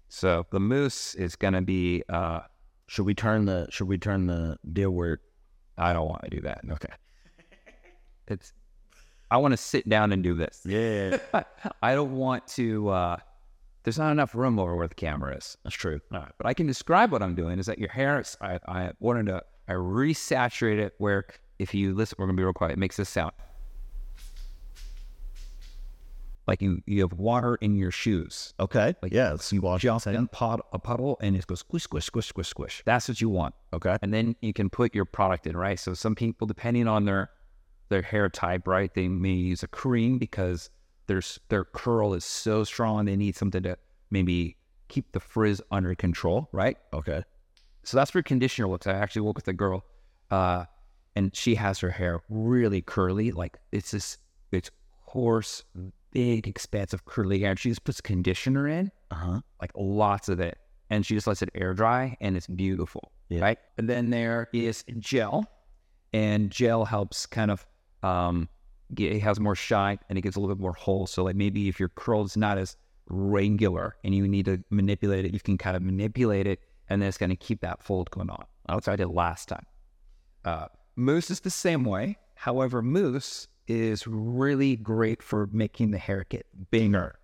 Speaker 3: So the moose is gonna be. uh
Speaker 6: Should we turn the Should we turn the deal where?
Speaker 3: I don't want to do that. Okay. It's. I want to sit down and do this.
Speaker 6: Yeah,
Speaker 3: I don't want to. uh There's not enough room over where the camera is.
Speaker 6: that's true.
Speaker 3: But I can describe what I'm doing. Is that your hair? Is, I I wanted to. I resaturate it where if you listen, we're gonna be real quiet. It makes this sound. Like you, you have water in your shoes.
Speaker 6: Okay.
Speaker 3: Like,
Speaker 6: yeah, let's see wash
Speaker 3: jumps in pod, a puddle and it goes squish, squish, squish, squish, squish. That's what you want.
Speaker 6: Okay.
Speaker 3: And then you can put your product in, right? So some people, depending on their their hair type, right, they may use a cream because their s- their curl is so strong they need something to maybe keep the frizz under control, right?
Speaker 6: Okay.
Speaker 3: So that's where conditioner looks. I actually work with a girl, uh, and she has her hair really curly, like it's this it's coarse, big, expansive curly hair. And she just puts conditioner in,
Speaker 6: Uh huh.
Speaker 3: like lots of it, and she just lets it air dry, and it's beautiful,
Speaker 6: Yeah.
Speaker 3: right? And then there is gel, and gel helps kind of um, get, it has more shine and it gives a little bit more hold. So like maybe if your curl is not as regular and you need to manipulate it. You can kind of manipulate it and then it's going to keep that fold going on. That's what I did last time. Uh, mousse is the same way. However, mousse is really great for making the hair get bigger.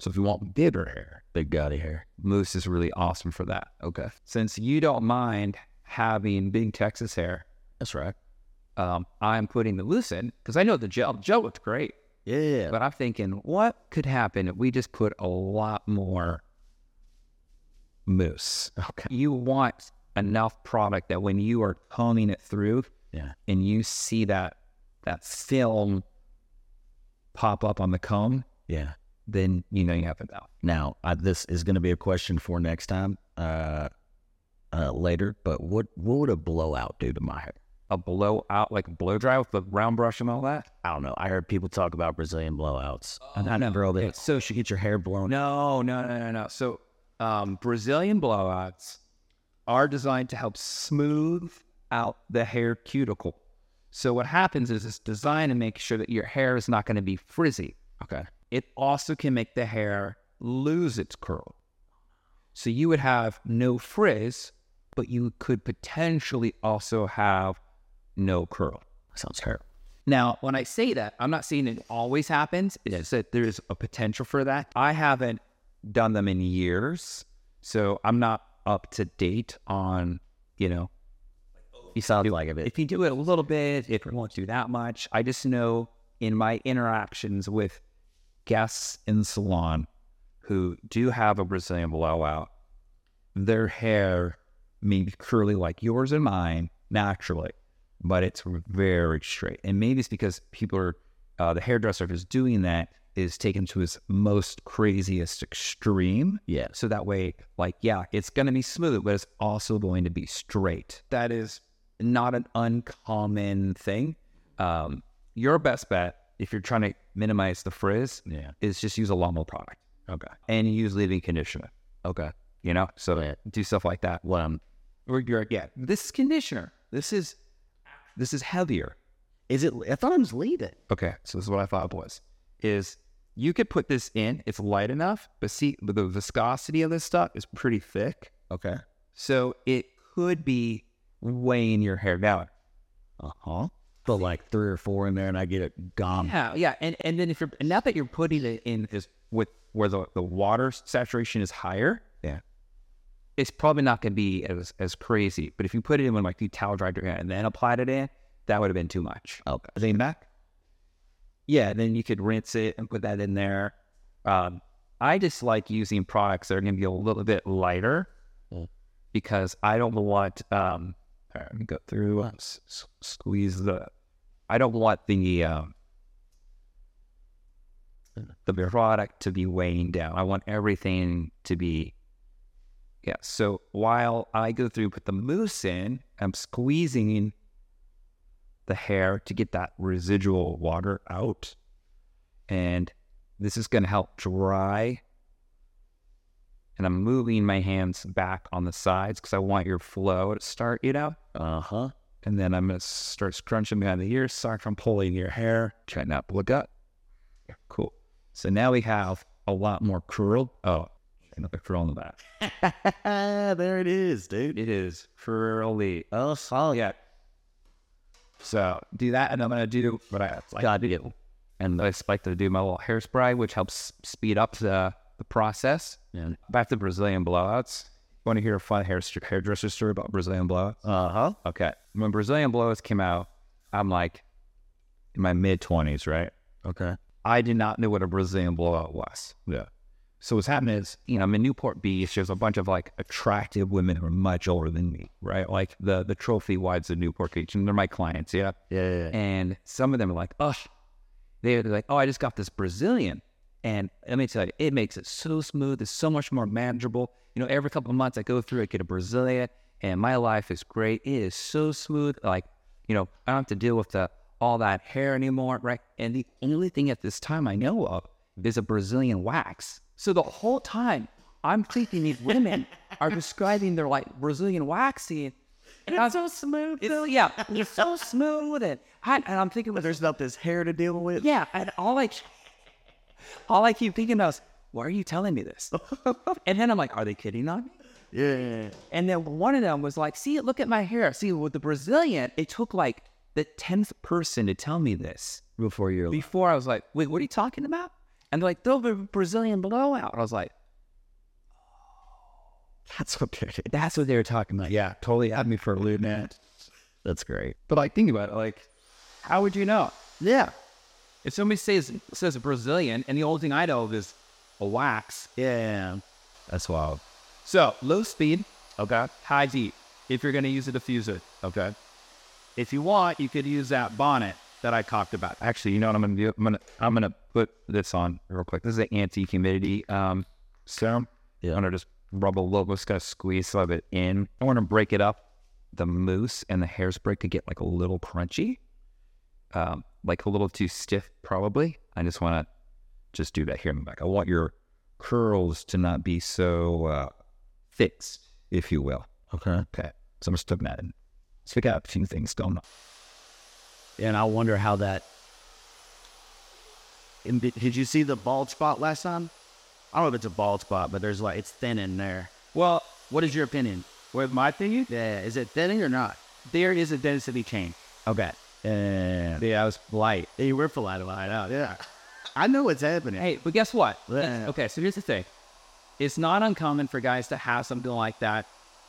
Speaker 3: So if you want bigger hair,
Speaker 6: Big gaudy hair.
Speaker 3: mousse is really awesome for that. Okay. Since you don't mind having big Texas hair,
Speaker 6: That's right.
Speaker 3: um, I'm putting the loose in because I know the gel gel looked great,
Speaker 6: Yeah, yeah, yeah.
Speaker 3: but I'm thinking what could happen if we just put a lot more mousse. Okay. You want enough product that when you are combing it through,
Speaker 6: Yeah.
Speaker 3: and you see that that film pop up on the comb,
Speaker 6: yeah.
Speaker 3: then you know you have it out.
Speaker 6: Now, I, this is going to be a question for next time, uh, uh, later. But what what would a blowout do to my hair?
Speaker 3: A blowout, like a blow dry with the round brush and all that.
Speaker 6: I don't know. I heard people talk about Brazilian blowouts. and I never really so should get your hair blown.
Speaker 3: No, no, no, no, no. So um, Brazilian blowouts are designed to help smooth out the hair cuticle. So what happens is it's designed to make sure that your hair is not going to be frizzy.
Speaker 6: Okay.
Speaker 3: It also can make the hair lose its curl. So you would have no frizz, but you could potentially also have no curl.
Speaker 6: Sounds terrible.
Speaker 3: Now, when I say that, I'm not saying it always happens. It's just that there's a potential for that. I haven't done them in years, so I'm not up to date on, you know,
Speaker 6: You sound like a
Speaker 3: if you do it a little bit, if you won't do that much. I just know in my interactions with guests in the salon who do have a Brazilian blowout, their hair may be curly like yours and mine naturally, but it's very straight. And maybe it's because people are, uh, the hairdresser who's doing that is taken to his most craziest extreme.
Speaker 6: Yeah.
Speaker 3: So that way, like, yeah, it's going to be smooth, but it's also going to be straight. That is not an uncommon thing. Um, your best bet, if you're trying to minimize the frizz,
Speaker 6: Yeah.
Speaker 3: is just use a lot more product. Okay. And use leave-in conditioner. Okay. You know, so do stuff like that.
Speaker 6: Well, um,
Speaker 3: Or you're like, yeah, this is conditioner. This is this is heavier.
Speaker 6: is it? I thought it was leaving.
Speaker 3: Okay, so this is what I thought it was: is you could put this in. It's light enough, but see, but the viscosity of this stuff is pretty thick.
Speaker 6: Okay.
Speaker 3: So it could be weighing your hair down.
Speaker 6: Uh huh. But like three or four in there, and I get it gone.
Speaker 3: Yeah, yeah, and and then if you're now that you're putting it in is with where the, the water saturation is higher,
Speaker 6: Yeah.
Speaker 3: it's probably not going to be as as crazy. But if you put it in when like you towel dried your hair and then applied it in, that would have been too much.
Speaker 6: Okay.
Speaker 3: Same back. Yeah, then you could rinse it and put that in there. Um, I just like using products that are going to be a little bit lighter because I don't want. Um, Hmm. all right, let me go through. uh, s- s- squeeze the. I don't want the um, the product to be weighing down. I want everything to be. Yeah. So while I go through, put the mousse in, I'm squeezing the hair to get that residual water out. And this is going to help dry. And I'm moving my hands back on the sides because I want your flow to start, you know?
Speaker 6: Uh huh.
Speaker 3: And then I'm going to start scrunching behind the ears, start from pulling your hair, try not to look up. Yeah, Cool. So now we have a lot more curl. Oh, another curl in the back.
Speaker 6: there it is, dude.
Speaker 3: It is curly.
Speaker 6: Oh, solid.
Speaker 3: Yeah. So do that, and I'm gonna do what I like
Speaker 6: God,
Speaker 3: to do, and I just like to do my little hairspray, which helps speed up the the process.
Speaker 6: Yeah.
Speaker 3: Back to Brazilian blowouts. Want to hear a fun hair hairdresser story about Brazilian blowouts?
Speaker 6: Uh huh.
Speaker 3: Okay. When Brazilian blowouts came out, I'm like in my mid twenties, right?
Speaker 6: Okay.
Speaker 3: I did not know what a Brazilian blowout was. Yeah. So what's happening is, you know, I'm in Newport Beach. There's a bunch of like attractive women who are much older than me, right? Like the the trophy wives of Newport Beach, and they're my clients. Yeah.
Speaker 6: Yeah. yeah, yeah.
Speaker 3: And some of them are like, oh, they're like, oh, I just got this Brazilian. And let me tell you, it makes it so smooth. It's so much more manageable. You know, every couple of months I go through, I get a Brazilian, and my life is great. It is so smooth. Like, you know, I don't have to deal with the all that hair anymore, right? And the only thing at this time I know of is a Brazilian wax. So the whole time I'm thinking these women are describing their like Brazilian waxing. And it's so smooth. yeah, it's so smooth, and, I, and I'm thinking, there's
Speaker 6: There's not this hair to deal with.
Speaker 3: yeah, and all I, all I keep thinking of is,
Speaker 8: why are you telling me this? and then I'm like, are they kidding on me?
Speaker 6: Yeah.
Speaker 8: And then one of them was like, see, look at my hair. See, with the Brazilian, it took like the 10th person to tell me this.
Speaker 6: Before you're like,
Speaker 8: Before I was like, wait, what are you talking about? And they're like, the Brazilian blowout. I was like,
Speaker 6: that's okay.
Speaker 8: that's what they were talking about.
Speaker 3: Yeah, totally had me for a loop, man.
Speaker 6: That's great.
Speaker 3: But like, think about it. Like, how would you know?
Speaker 6: Yeah.
Speaker 3: If somebody says says Brazilian, and the only thing I know of is a wax.
Speaker 6: Yeah. That's wild.
Speaker 3: So low speed,
Speaker 2: Okay.
Speaker 3: high heat. If you're going to use a diffuser,
Speaker 2: Okay.
Speaker 3: if you want, you could use that bonnet that I talked about.
Speaker 2: Actually, you know what I'm gonna do? I'm gonna I'm gonna put this on real quick. This is an anti-humidity um serum.
Speaker 6: Yeah.
Speaker 2: I'm gonna just rub a little, just gonna squeeze some of it in. I want to break it up. The mousse and the hairspray could get like a little crunchy, um, like a little too stiff probably. I just want to just do that here in the back. I want your curls to not be so uh, fixed, if you will.
Speaker 6: Okay.
Speaker 2: Okay. So I'm just putting that in. So we got a few things going on.
Speaker 6: And I wonder how that. And did did you see the bald spot last time? I don't know if it's a bald spot, but there's like it's thin in there.
Speaker 3: Well,
Speaker 6: What is your opinion?
Speaker 3: with my thingy,
Speaker 6: Yeah, is it thinning or not?
Speaker 3: there is a density change.
Speaker 6: Okay. Yeah.
Speaker 3: Yeah, I was light.
Speaker 6: Hey, we're flat line out. Yeah. I know what's happening.
Speaker 3: Hey, but guess what?
Speaker 6: Yeah.
Speaker 3: Okay, so here's the thing. It's not uncommon for guys to have something like that,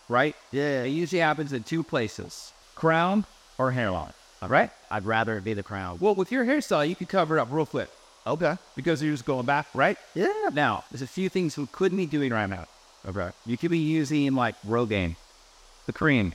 Speaker 3: right?
Speaker 6: Yeah.
Speaker 3: It usually happens in two places crown or hairline, all right?
Speaker 6: I'd rather it be the crown.
Speaker 3: Well, with your hairstyle, you could cover it up real quick
Speaker 6: Okay.
Speaker 3: because you're just going back, right?
Speaker 6: Yeah.
Speaker 3: Now, there's a few things we couldn't be doing right now.
Speaker 6: Okay.
Speaker 3: You could be using like Rogaine, the cream,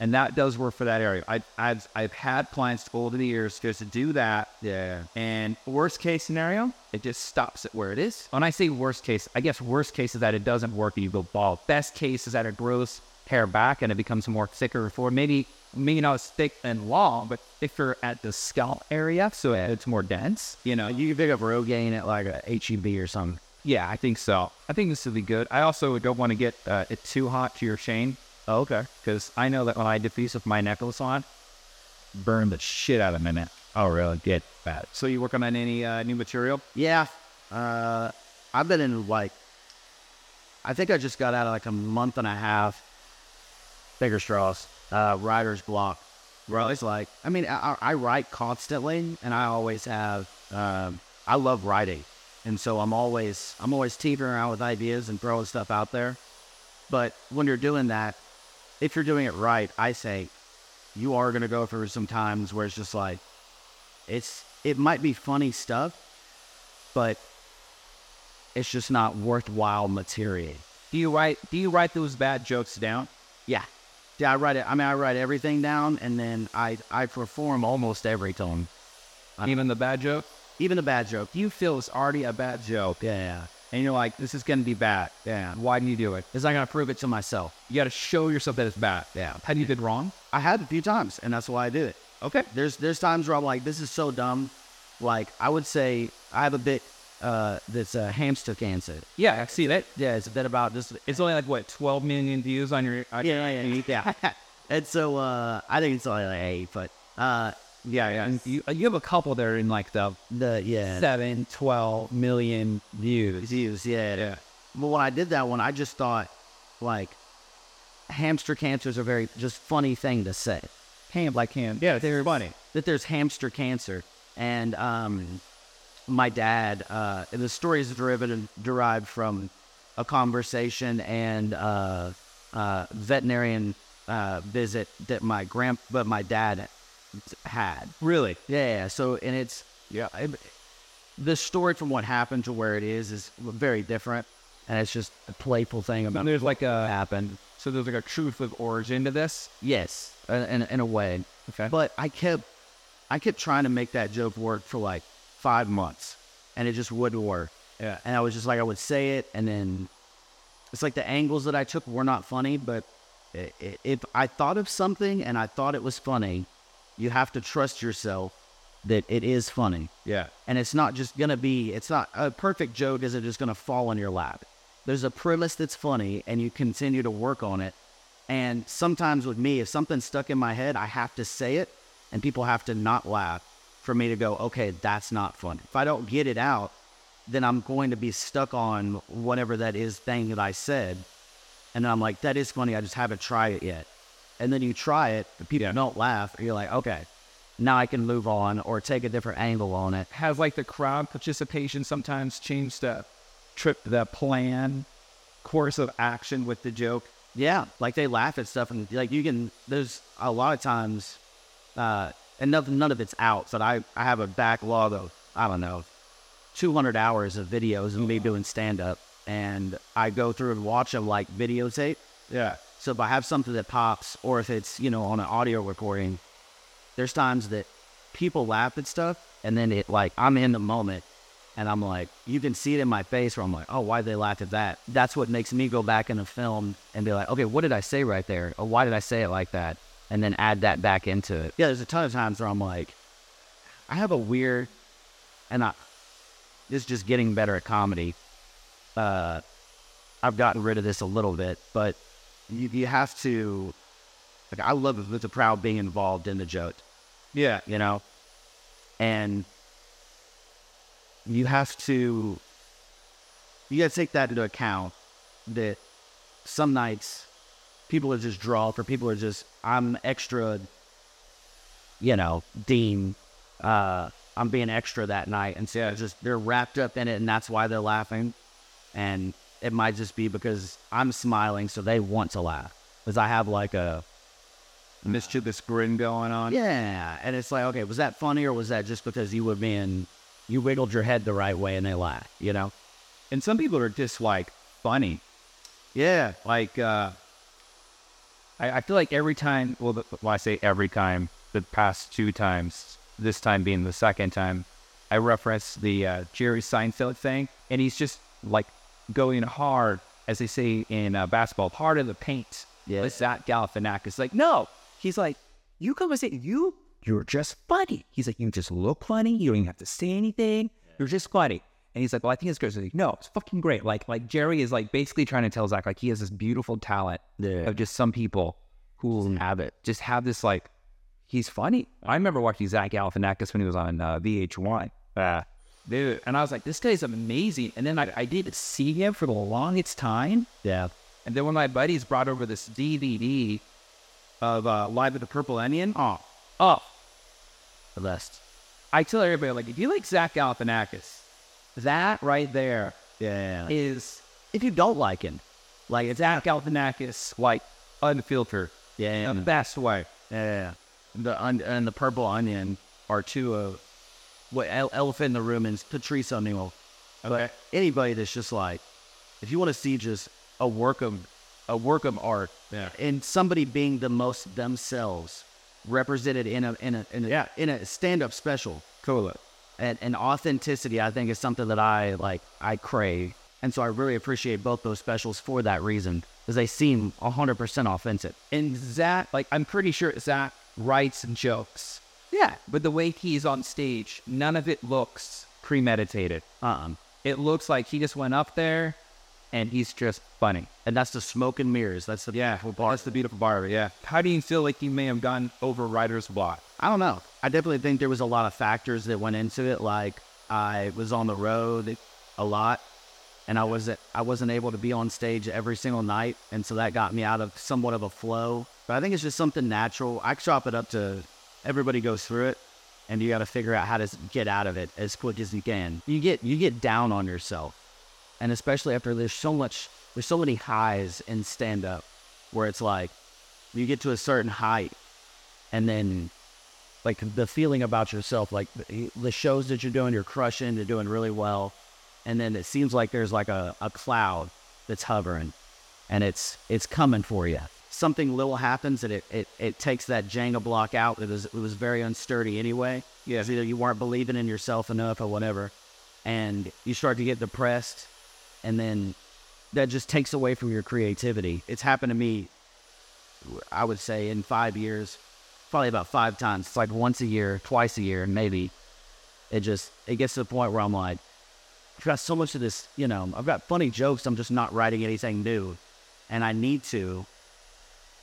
Speaker 3: and that does work for that area. I, I've I've had clients over the years just to do that.
Speaker 6: Yeah.
Speaker 3: And worst case scenario, it just stops it where it is. When I say worst case, I guess worst case is that it doesn't work and you go bald. Best case is that it grows hair back and it becomes more thicker for maybe maybe not as thick and long, but thicker at the scalp area, so it's more dense. You know,
Speaker 6: You can pick up Rogaine at like a
Speaker 3: E
Speaker 6: HEB or something.
Speaker 3: yeah, I think so. I think this would be good. I also don't want to get uh, it too hot to your chain. Oh, okay. Because I know that when I diffuse with my necklace on, burn the shit out of my neck.
Speaker 2: Oh, really? Good.
Speaker 3: Bad. So you working on any uh, new material?
Speaker 6: Yeah. Uh, I've been in like, I think I just got out of like a month and a half. Bigger straws, uh, writer's block. Really? It's like, I mean, I, I I write constantly, and I always have. Um, I love writing, and so I'm always I'm always tinkering around with ideas and throwing stuff out there. But when you're doing that, if you're doing it right, I say you are gonna go through some times where it's just like it's it might be funny stuff, but it's just not worthwhile material.
Speaker 3: Do you write Do you write those bad jokes down?
Speaker 6: Yeah. Yeah, I write it. I mean, I write everything down, and then I I perform almost every tone,
Speaker 3: Even the bad joke.
Speaker 6: even the bad joke.
Speaker 3: You feel it's already a bad joke,
Speaker 6: Yeah,
Speaker 3: and you're like, "This is gonna be bad."
Speaker 6: yeah.
Speaker 3: Why do you do it?
Speaker 6: Because I gotta prove it to myself.
Speaker 3: You got to show yourself that it's bad.
Speaker 6: Yeah.
Speaker 3: Had you been wrong?
Speaker 6: I had a few times, and that's why I did it.
Speaker 3: Okay.
Speaker 6: There's there's times where I'm like, this is so dumb. Like I would say, I have a bit uh, that's uh, hamster cancer.
Speaker 3: Yeah, I see that.
Speaker 6: Yeah, it's a bit about just
Speaker 3: It's only like what 12 million views on your. uh, on-
Speaker 6: yeah, yeah, yeah. yeah. and so uh, I think it's only like eight, but uh,
Speaker 3: yeah, yeah. You, you have a couple that are in like the
Speaker 6: the yeah,
Speaker 3: seven, 12 million views.
Speaker 6: views. Yeah,
Speaker 3: Yeah.
Speaker 6: But when I did that one, I just thought, like, hamster cancer is a very just funny thing to say.
Speaker 3: Ham, like ham. Yeah, they're funny.
Speaker 6: That there's hamster cancer, and um, my dad. Uh, the story is derivative derived from a conversation and uh, uh, veterinarian uh, visit that my grand, but my dad had.
Speaker 3: Really?
Speaker 6: Yeah. So, and it's yeah, it, the story from what happened to where it is is very different, and it's just a playful thing about
Speaker 3: And there's like
Speaker 6: what
Speaker 3: a
Speaker 6: happened.
Speaker 3: so there's like a truth of origin to this.
Speaker 6: Yes, in, in, in a way.
Speaker 3: Okay.
Speaker 6: But I kept, I kept trying to make that joke work for like five months, and it just wouldn't work.
Speaker 3: Yeah.
Speaker 6: And I was just like, I would say it, and then it's like the angles that I took were not funny. But i- i- if I thought of something and I thought it was funny, you have to trust yourself that it is funny
Speaker 3: Yeah.
Speaker 6: and it's not just gonna be it's not a perfect joke isn't just gonna fall on your lap there's a premise that's funny and you continue to work on it and sometimes with me if something's stuck in my head i have to say it and people have to not laugh for me to go okay that's not funny if i don't get it out then I'm going to be stuck on whatever that is thing that I said. And I'm like, that is funny. I just haven't tried it yet. And then you try it, but people don't laugh. And you're like, okay, now I can move on or take a different angle on it.
Speaker 3: Has like the crowd participation sometimes changed the trip, the plan, course of action with the joke?
Speaker 6: Yeah, like they laugh at stuff, and like you can. There's a lot of times, uh, and nothing, none of it's out. But I, I have a backlog of I don't know, 200 hours of videos of me doing stand up, and I go through and watch them like videotape.
Speaker 3: Yeah.
Speaker 6: So if I have something that pops, or if it's you know on an audio recording, there's times that people laugh at stuff, and then it like I'm in the moment, and I'm like, you can see it in my face where I'm like, oh, why they laughed at that? That's what makes me go back in a film and be like, okay, what did I say right there? Or why did I say it like that? And then add that back into it. Yeah, there's a ton of times where I'm like, I have a weird, and I, this is just getting better at comedy. Uh, I've gotten rid of this a little bit, but you, you have to, like, I love the proud being involved in the joke,
Speaker 3: Yeah.
Speaker 6: you know? And you have to you got to take that into account that some nights people are just draw or people are just i'm extra you know dean uh i'm being extra that night and so
Speaker 3: Yeah.
Speaker 6: it's just they're wrapped up in it and that's why they're laughing and it might just be because i'm smiling so they want to laugh because i have like a
Speaker 3: Mischievous grin going on.
Speaker 6: yeah, and it's like, okay, was that funny or was that just because you were being, you wiggled your head the right way and they laughed, you know?
Speaker 3: And some people are just like funny.
Speaker 6: Yeah,
Speaker 3: Like, uh, I, I feel like every time, well, the, well, I say every time, the past two times, this time being the second time, I reference the uh, Jerry Seinfeld thing, and he's just like going hard, as they say in uh, basketball, hard in the paint.
Speaker 6: Yeah.
Speaker 3: It's that Galifianakis. Like, no, he's like, you come and say you, you're just funny. He's like, you just look funny. You don't even have to say anything. You're just funny. And he's like, well, I think it's great. So like, no, it's fucking great. Like, like Jerry is like basically trying to tell Zach like he has this beautiful talent
Speaker 6: Yeah.
Speaker 3: of just some people who have it, just have this like he's funny. I remember watching Zach Galifianakis when he was on uh, VH1. Uh, dude, and I was like, this guy's amazing. And then I, I did see him for the longest time.
Speaker 6: yeah.
Speaker 3: And then one of my buddies brought over this DVD of uh, Live at the Purple Onion. Oh, oh!
Speaker 6: The best.
Speaker 3: I tell everybody like, if you like Zach Galifianakis, that right there
Speaker 6: Yeah.
Speaker 3: is
Speaker 6: if you don't like him, like it's
Speaker 3: Zach Galifianakis like unfiltered,
Speaker 6: yeah,
Speaker 3: the
Speaker 6: yeah,
Speaker 3: best way.
Speaker 6: yeah. The un- and the purple onion are two of what ele- elephant in the room is Patrice O'Neill.
Speaker 3: Okay.
Speaker 6: Anybody that's just like, if you want to see just a work of a work of art,
Speaker 3: Yeah.
Speaker 6: and somebody being the most themselves represented in a in a in a,
Speaker 3: Yeah.
Speaker 6: in a stand up special.
Speaker 3: Cool.
Speaker 6: and, and authenticity i think is something that i like i crave and so i really appreciate both those specials for that reason because they seem 100% authentic
Speaker 3: And Zach, like, I'm pretty sure Zach writes and jokes.
Speaker 6: yeah
Speaker 3: But the way he's on stage, none of it looks premeditated.
Speaker 6: uh-uh
Speaker 3: It looks like he just went up there and he's just funny.
Speaker 6: and that's the smoke and mirrors that's the
Speaker 3: well, that's the beautiful bar. Yeah. How do you feel like you may have gone over writer's block?
Speaker 6: I don't know. I definitely think there was a lot of factors that went into it. Like I was on the road a lot, and I wasn't I wasn't able to be on stage every single night, and so that got me out of somewhat of a flow. But I think it's just something natural. I chop it up to everybody goes through it, and you got to figure out how to s- get out of it as quick as you can. You get you get down on yourself, and especially after there's so much there's so many highs in stand up, where it's like you get to a certain height, and then like the feeling about yourself, like the the shows that you're doing, you're crushing, you're doing really well, and then it seems like there's like a, a cloud that's hovering, and it's it's coming for you. Something little happens and it, it, it takes that Jenga block out that was it was very unsturdy anyway.
Speaker 3: Yeah.
Speaker 6: It's either you weren't believing in yourself enough or whatever, and you start to get depressed, and then that just takes away from your creativity. It's happened to me I would say in five years, probably about five times. It's like once a year, twice a year, maybe. It just it gets to the point where I'm like, I've got so much of this, you know, I've got funny jokes. I'm just not writing anything new, and I need to.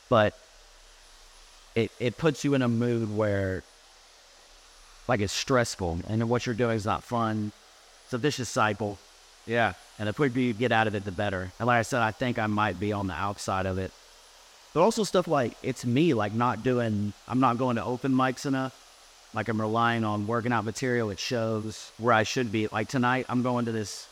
Speaker 6: But it it puts you in a mood where like it's stressful, and what you're doing is not fun, It's a vicious cycle.
Speaker 2: Yeah.
Speaker 6: And the quicker you get out of it, the better. And like I said, I think I might be on the outside of it. But also stuff like it's me, like not doing, I'm not going to open mics enough. Like I'm relying on working out material at shows where I should be. Like tonight, I'm going to this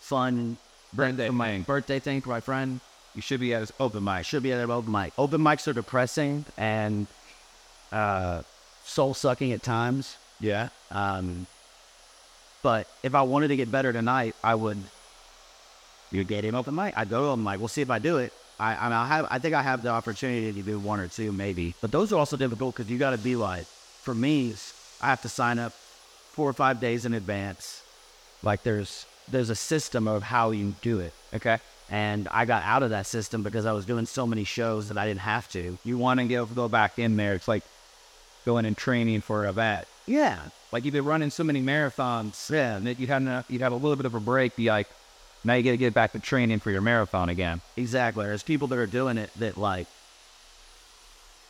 Speaker 6: fun
Speaker 2: Birthday
Speaker 6: for my
Speaker 2: thing.
Speaker 6: birthday thing for my friend.
Speaker 2: You should be at
Speaker 3: oh,
Speaker 2: his open
Speaker 6: I
Speaker 2: mic.
Speaker 6: should be at an open mic. Open mics are depressing and uh, soul sucking at times.
Speaker 2: Yeah.
Speaker 6: Um, but if I wanted to get better tonight, I would. You get him open mic. I go to open mic. We'll see if I do it. I I, mean, I have. I think I have the opportunity to do one or two, maybe. But those are also difficult because you got to be like, for me, I have to sign up four or five days in advance. Like there's there's a system of how you do it.
Speaker 2: Okay.
Speaker 6: And I got out of that system because I was doing so many shows that I didn't have to.
Speaker 2: You want to go, go back in there. It's like going and training for a vet.
Speaker 6: Yeah.
Speaker 2: Like you've been running so many marathons.
Speaker 6: Yeah.
Speaker 2: And that you had enough, you'd have a little bit of a break. Be like, now you got to get back to training for your marathon again.
Speaker 6: Exactly. There's people that are doing it that like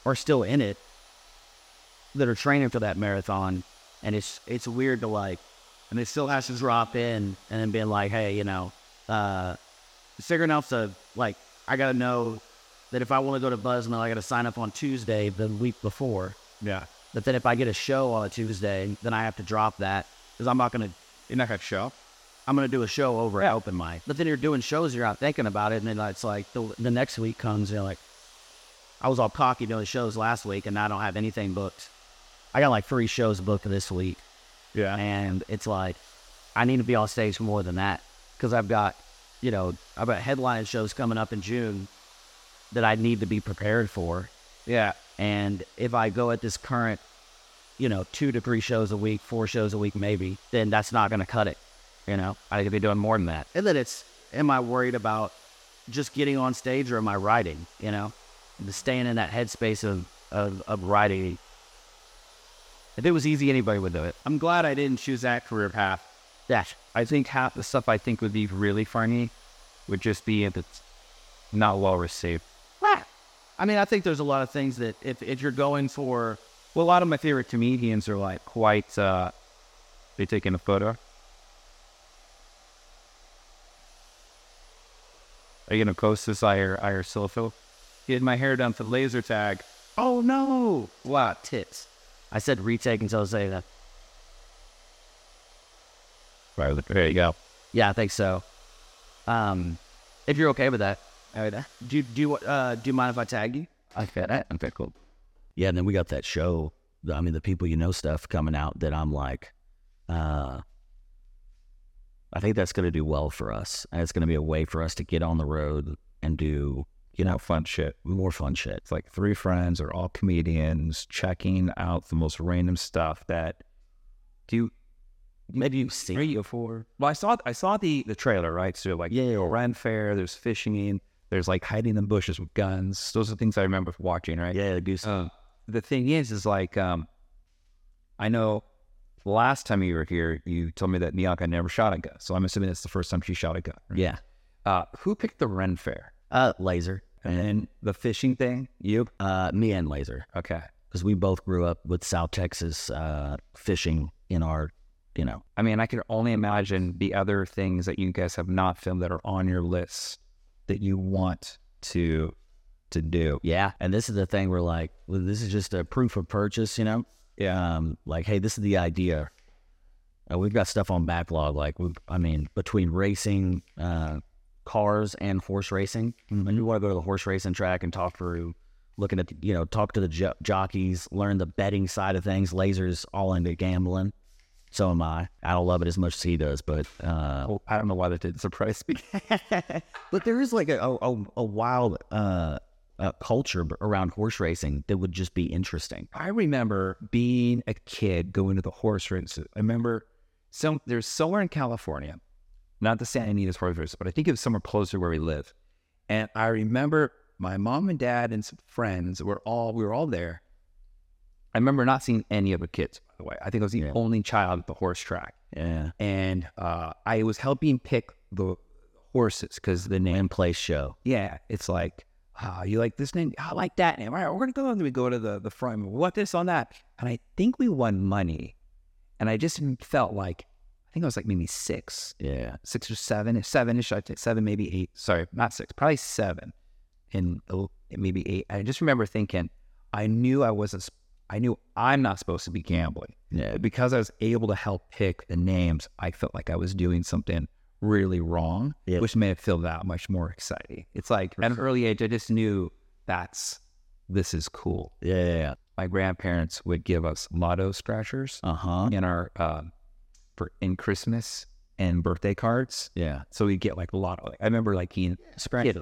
Speaker 6: are still in it that are training for that marathon and it's it's weird to like and they still has to drop in and then being like, hey, you know, uh it's figuring out to like I gotta know that if I wanna go to Buzzmill I gotta sign up on Tuesday the week before.
Speaker 2: Yeah.
Speaker 6: But then if I get a show on a Tuesday, then I have to drop that because I'm not gonna
Speaker 2: You're not going to show.
Speaker 6: I'm gonna do a show over at open mic. But then you're doing shows, you're not thinking about it, and then it's like the, the next week comes, and you're like, I was all cocky doing shows last week, and I don't have anything booked. I got like three shows booked this week,
Speaker 2: Yeah.
Speaker 6: and it's like I need to be on stage more than that because I've got, you know, I've got headline shows coming up in June that I need to be prepared for.
Speaker 2: yeah.
Speaker 6: And if I go at this current, you know, two to three shows a week, four shows a week, maybe, then that's not going to cut it. You know, I could be doing more than that. And then it's, am I worried about just getting on stage or am I writing? You know, the staying in that headspace of, of, of writing. If it was easy, anybody would do it.
Speaker 2: I'm glad I didn't choose that career path.
Speaker 6: Yeah.
Speaker 2: I think half the stuff I think would be really funny would just be if it's not well received.
Speaker 6: I mean, I think there's a lot of things that if, if you're going for,
Speaker 2: Well, a lot of my favorite comedians are like quite. Uh, they taking a photo. Are you gonna post this? I or I or Silphil? Get my hair done for laser tag.
Speaker 6: oh no,
Speaker 2: What?
Speaker 6: tits. I said retake until I say that.
Speaker 2: Right, there you go.
Speaker 6: Yeah, I think so. Um, if you're okay with that, do do you, uh, do you mind if I tag you?
Speaker 2: I fit it. Okay, cool.
Speaker 6: Yeah, and then we got that show. the- I mean, the people you know stuff coming out that I'm like, uh, I think that's going to do well for us, and it's going to be a way for us to get on the road and do you know
Speaker 3: Now, fun shit.
Speaker 6: more fun shit.
Speaker 3: It's like three friends are all comedians checking out the most random stuff that
Speaker 6: Maybe you've seen
Speaker 3: three or four. Well, I saw I saw the the trailer, right? So like yeah, Ren Fair. There's fishing. There's like hiding in bushes with guns. Those are things I remember watching, right?
Speaker 6: yeah, the goose.
Speaker 3: Uh, the thing is, is like, um, I know last time you were here, you told me that Nyaka never shot a gun. So I'm assuming that's the first time she shot a gun. right?
Speaker 6: yeah,
Speaker 3: Uh, who picked the Ren Fair
Speaker 6: uh, laser.
Speaker 3: and then the fishing thing? You
Speaker 6: Uh, me and laser.
Speaker 3: okay?
Speaker 6: because we both grew up with South Texas uh, fishing in our, you know,
Speaker 3: I mean, I can only imagine the other things that you guys have not filmed that are on your list that you want to to do.
Speaker 6: yeah. And this is the thing where like well, this is just a proof of purchase, you know. Yeah. Um, like, hey, this is the idea. Uh, we've got stuff on backlog. Like, we, I mean, between racing, uh, cars, and horse racing, and you want to go to the horse racing track and talk through, looking at, the, you know, talk to the jo- jockeys, learn the betting side of things. Lasers all into gambling. So am I. I don't love it as much as he does, but uh,
Speaker 3: Oh, I don't know why that didn't surprise me.
Speaker 6: But there is like a a, a, a wild uh, uh, culture b- around horse racing that would just be interesting.
Speaker 3: I remember being a kid going to the horse races. I remember some there's somewhere in California, not the Santa Anita's horse race, but I think it was somewhere closer where we live. And I remember my mom and dad and some friends were all we were all there. I remember not seeing any of the kids, by the way. I think I was the
Speaker 6: Yeah.
Speaker 3: only child at the horse track.
Speaker 6: Yeah,
Speaker 3: And uh, I was helping pick the horses because the name
Speaker 6: in place show.
Speaker 3: yeah, it's like, ah, you like this name? I like that name. All right, we're gonna go and we go to the the front. and What this on that? And I think we won money, and I just felt like I think I was like maybe six,
Speaker 6: Yeah.
Speaker 3: six or seven, seven ish. I think seven, maybe eight. Sorry, not six, probably seven, and oh, maybe eight. I just remember thinking, I knew I wasn't. sp- I knew I'm not supposed to be gambling.
Speaker 6: Yeah.
Speaker 3: But because I was able to help pick the names, I felt like I was doing something really wrong,
Speaker 6: Yeah.
Speaker 3: which made it feel that much more exciting. It's like at an early age, I just knew that's this is cool.
Speaker 6: Yeah. Yeah. yeah.
Speaker 3: My grandparents would give us lotto scratchers
Speaker 6: Uh huh.
Speaker 3: in our um, for in Christmas and birthday cards.
Speaker 6: Yeah.
Speaker 3: So we get like a lot of. I remember like being
Speaker 1: Scratch.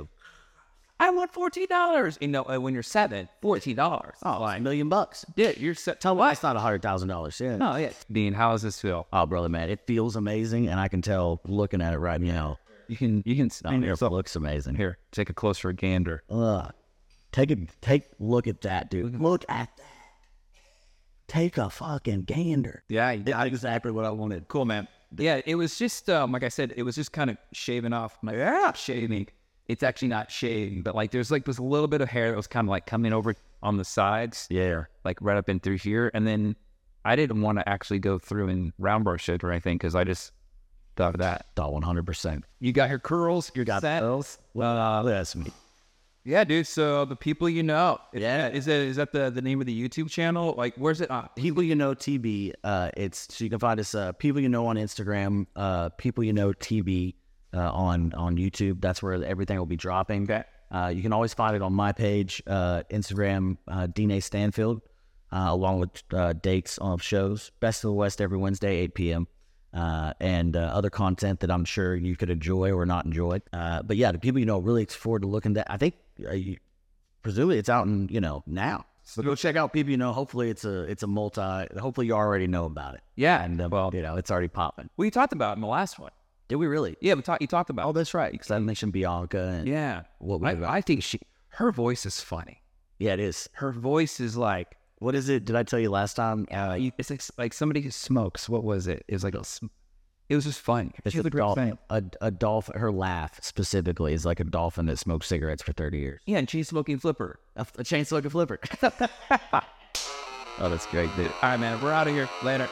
Speaker 1: I want fourteen dollars. You know, and when you're seven, fourteen dollars.
Speaker 6: Oh, a million bucks.
Speaker 1: yeah, you're se-
Speaker 6: Tell me it's not a hundred thousand dollars. Yeah.
Speaker 1: Oh yeah,
Speaker 3: Dean. How does this feel?
Speaker 6: Oh, brother, man, it feels amazing, and I can tell looking at it right now.
Speaker 3: You can you can spin
Speaker 6: It
Speaker 3: yourself.
Speaker 6: looks amazing.
Speaker 3: Here, take a closer gander.
Speaker 6: Ugh. Take a take look at that, dude. Look at that. Take a fucking gander.
Speaker 3: Yeah, you-
Speaker 6: That's exactly what I wanted.
Speaker 3: cool, man.
Speaker 1: yeah. It was just um, like I said, it was just kind of shaving off. My, yeah, shaving. It's actually not shaving, but like there's like this little bit of hair that was kind of like coming over on the sides.
Speaker 6: Yeah.
Speaker 3: like right up in through here. And then I didn't want to actually go through and round brush it or anything because I just thought of that.
Speaker 6: Thought one hundred percent.
Speaker 1: You got your curls. You got
Speaker 6: Got
Speaker 1: set.
Speaker 6: those. Uh, that's me.
Speaker 1: Yeah, dude. So the people you know. Is
Speaker 6: Yeah.
Speaker 1: That, is that is that the, the name of the YouTube channel? Like, where's it? uh, on?
Speaker 6: People you know TB. Uh, it's so you can find us. Uh, people you know on Instagram. Uh, people you know TB uh, on on YouTube. That's where everything will be dropping.
Speaker 1: Okay.
Speaker 6: Uh, you can always find it on my page, uh, Instagram, uh, Dine Stanfield, uh, along with uh, dates of shows. Best of the West every Wednesday, 8 p.m. Uh, and uh, other content that I'm sure you could enjoy or not enjoy. Uh, but yeah, the people you know really look forward to looking that. I think uh, you, presumably it's out in you know now. So go check out people you know. Hopefully it's a it's a multi. Hopefully you already know about it.
Speaker 1: Yeah.
Speaker 6: And uh,
Speaker 1: well,
Speaker 6: you know it's already popping.
Speaker 1: we talked about it in the last one.
Speaker 6: Did we really?
Speaker 1: Yeah, we talked. You talked about.
Speaker 6: Oh, that's right. Because I mentioned Bianca. And, yeah.
Speaker 1: Yeah.
Speaker 6: What we-
Speaker 1: I, I think she, her voice is funny.
Speaker 6: it is.
Speaker 1: Her voice is like,
Speaker 6: What is it? Did I tell you last time? Uh,
Speaker 1: you- it's like, like somebody who smokes. What was it? It was like, a, sm- it was just fun.
Speaker 6: It's
Speaker 1: She
Speaker 6: a,
Speaker 1: was a great
Speaker 6: dolphin.
Speaker 1: singer.
Speaker 6: A, a dolphin. Her laugh specifically is like a dolphin that smoked cigarettes for thirty years.
Speaker 1: Yeah, and she's smoking flipper.
Speaker 6: A, a chain smoking flipper. oh, that's great, dude.
Speaker 1: All right, man. We're out of here. Later.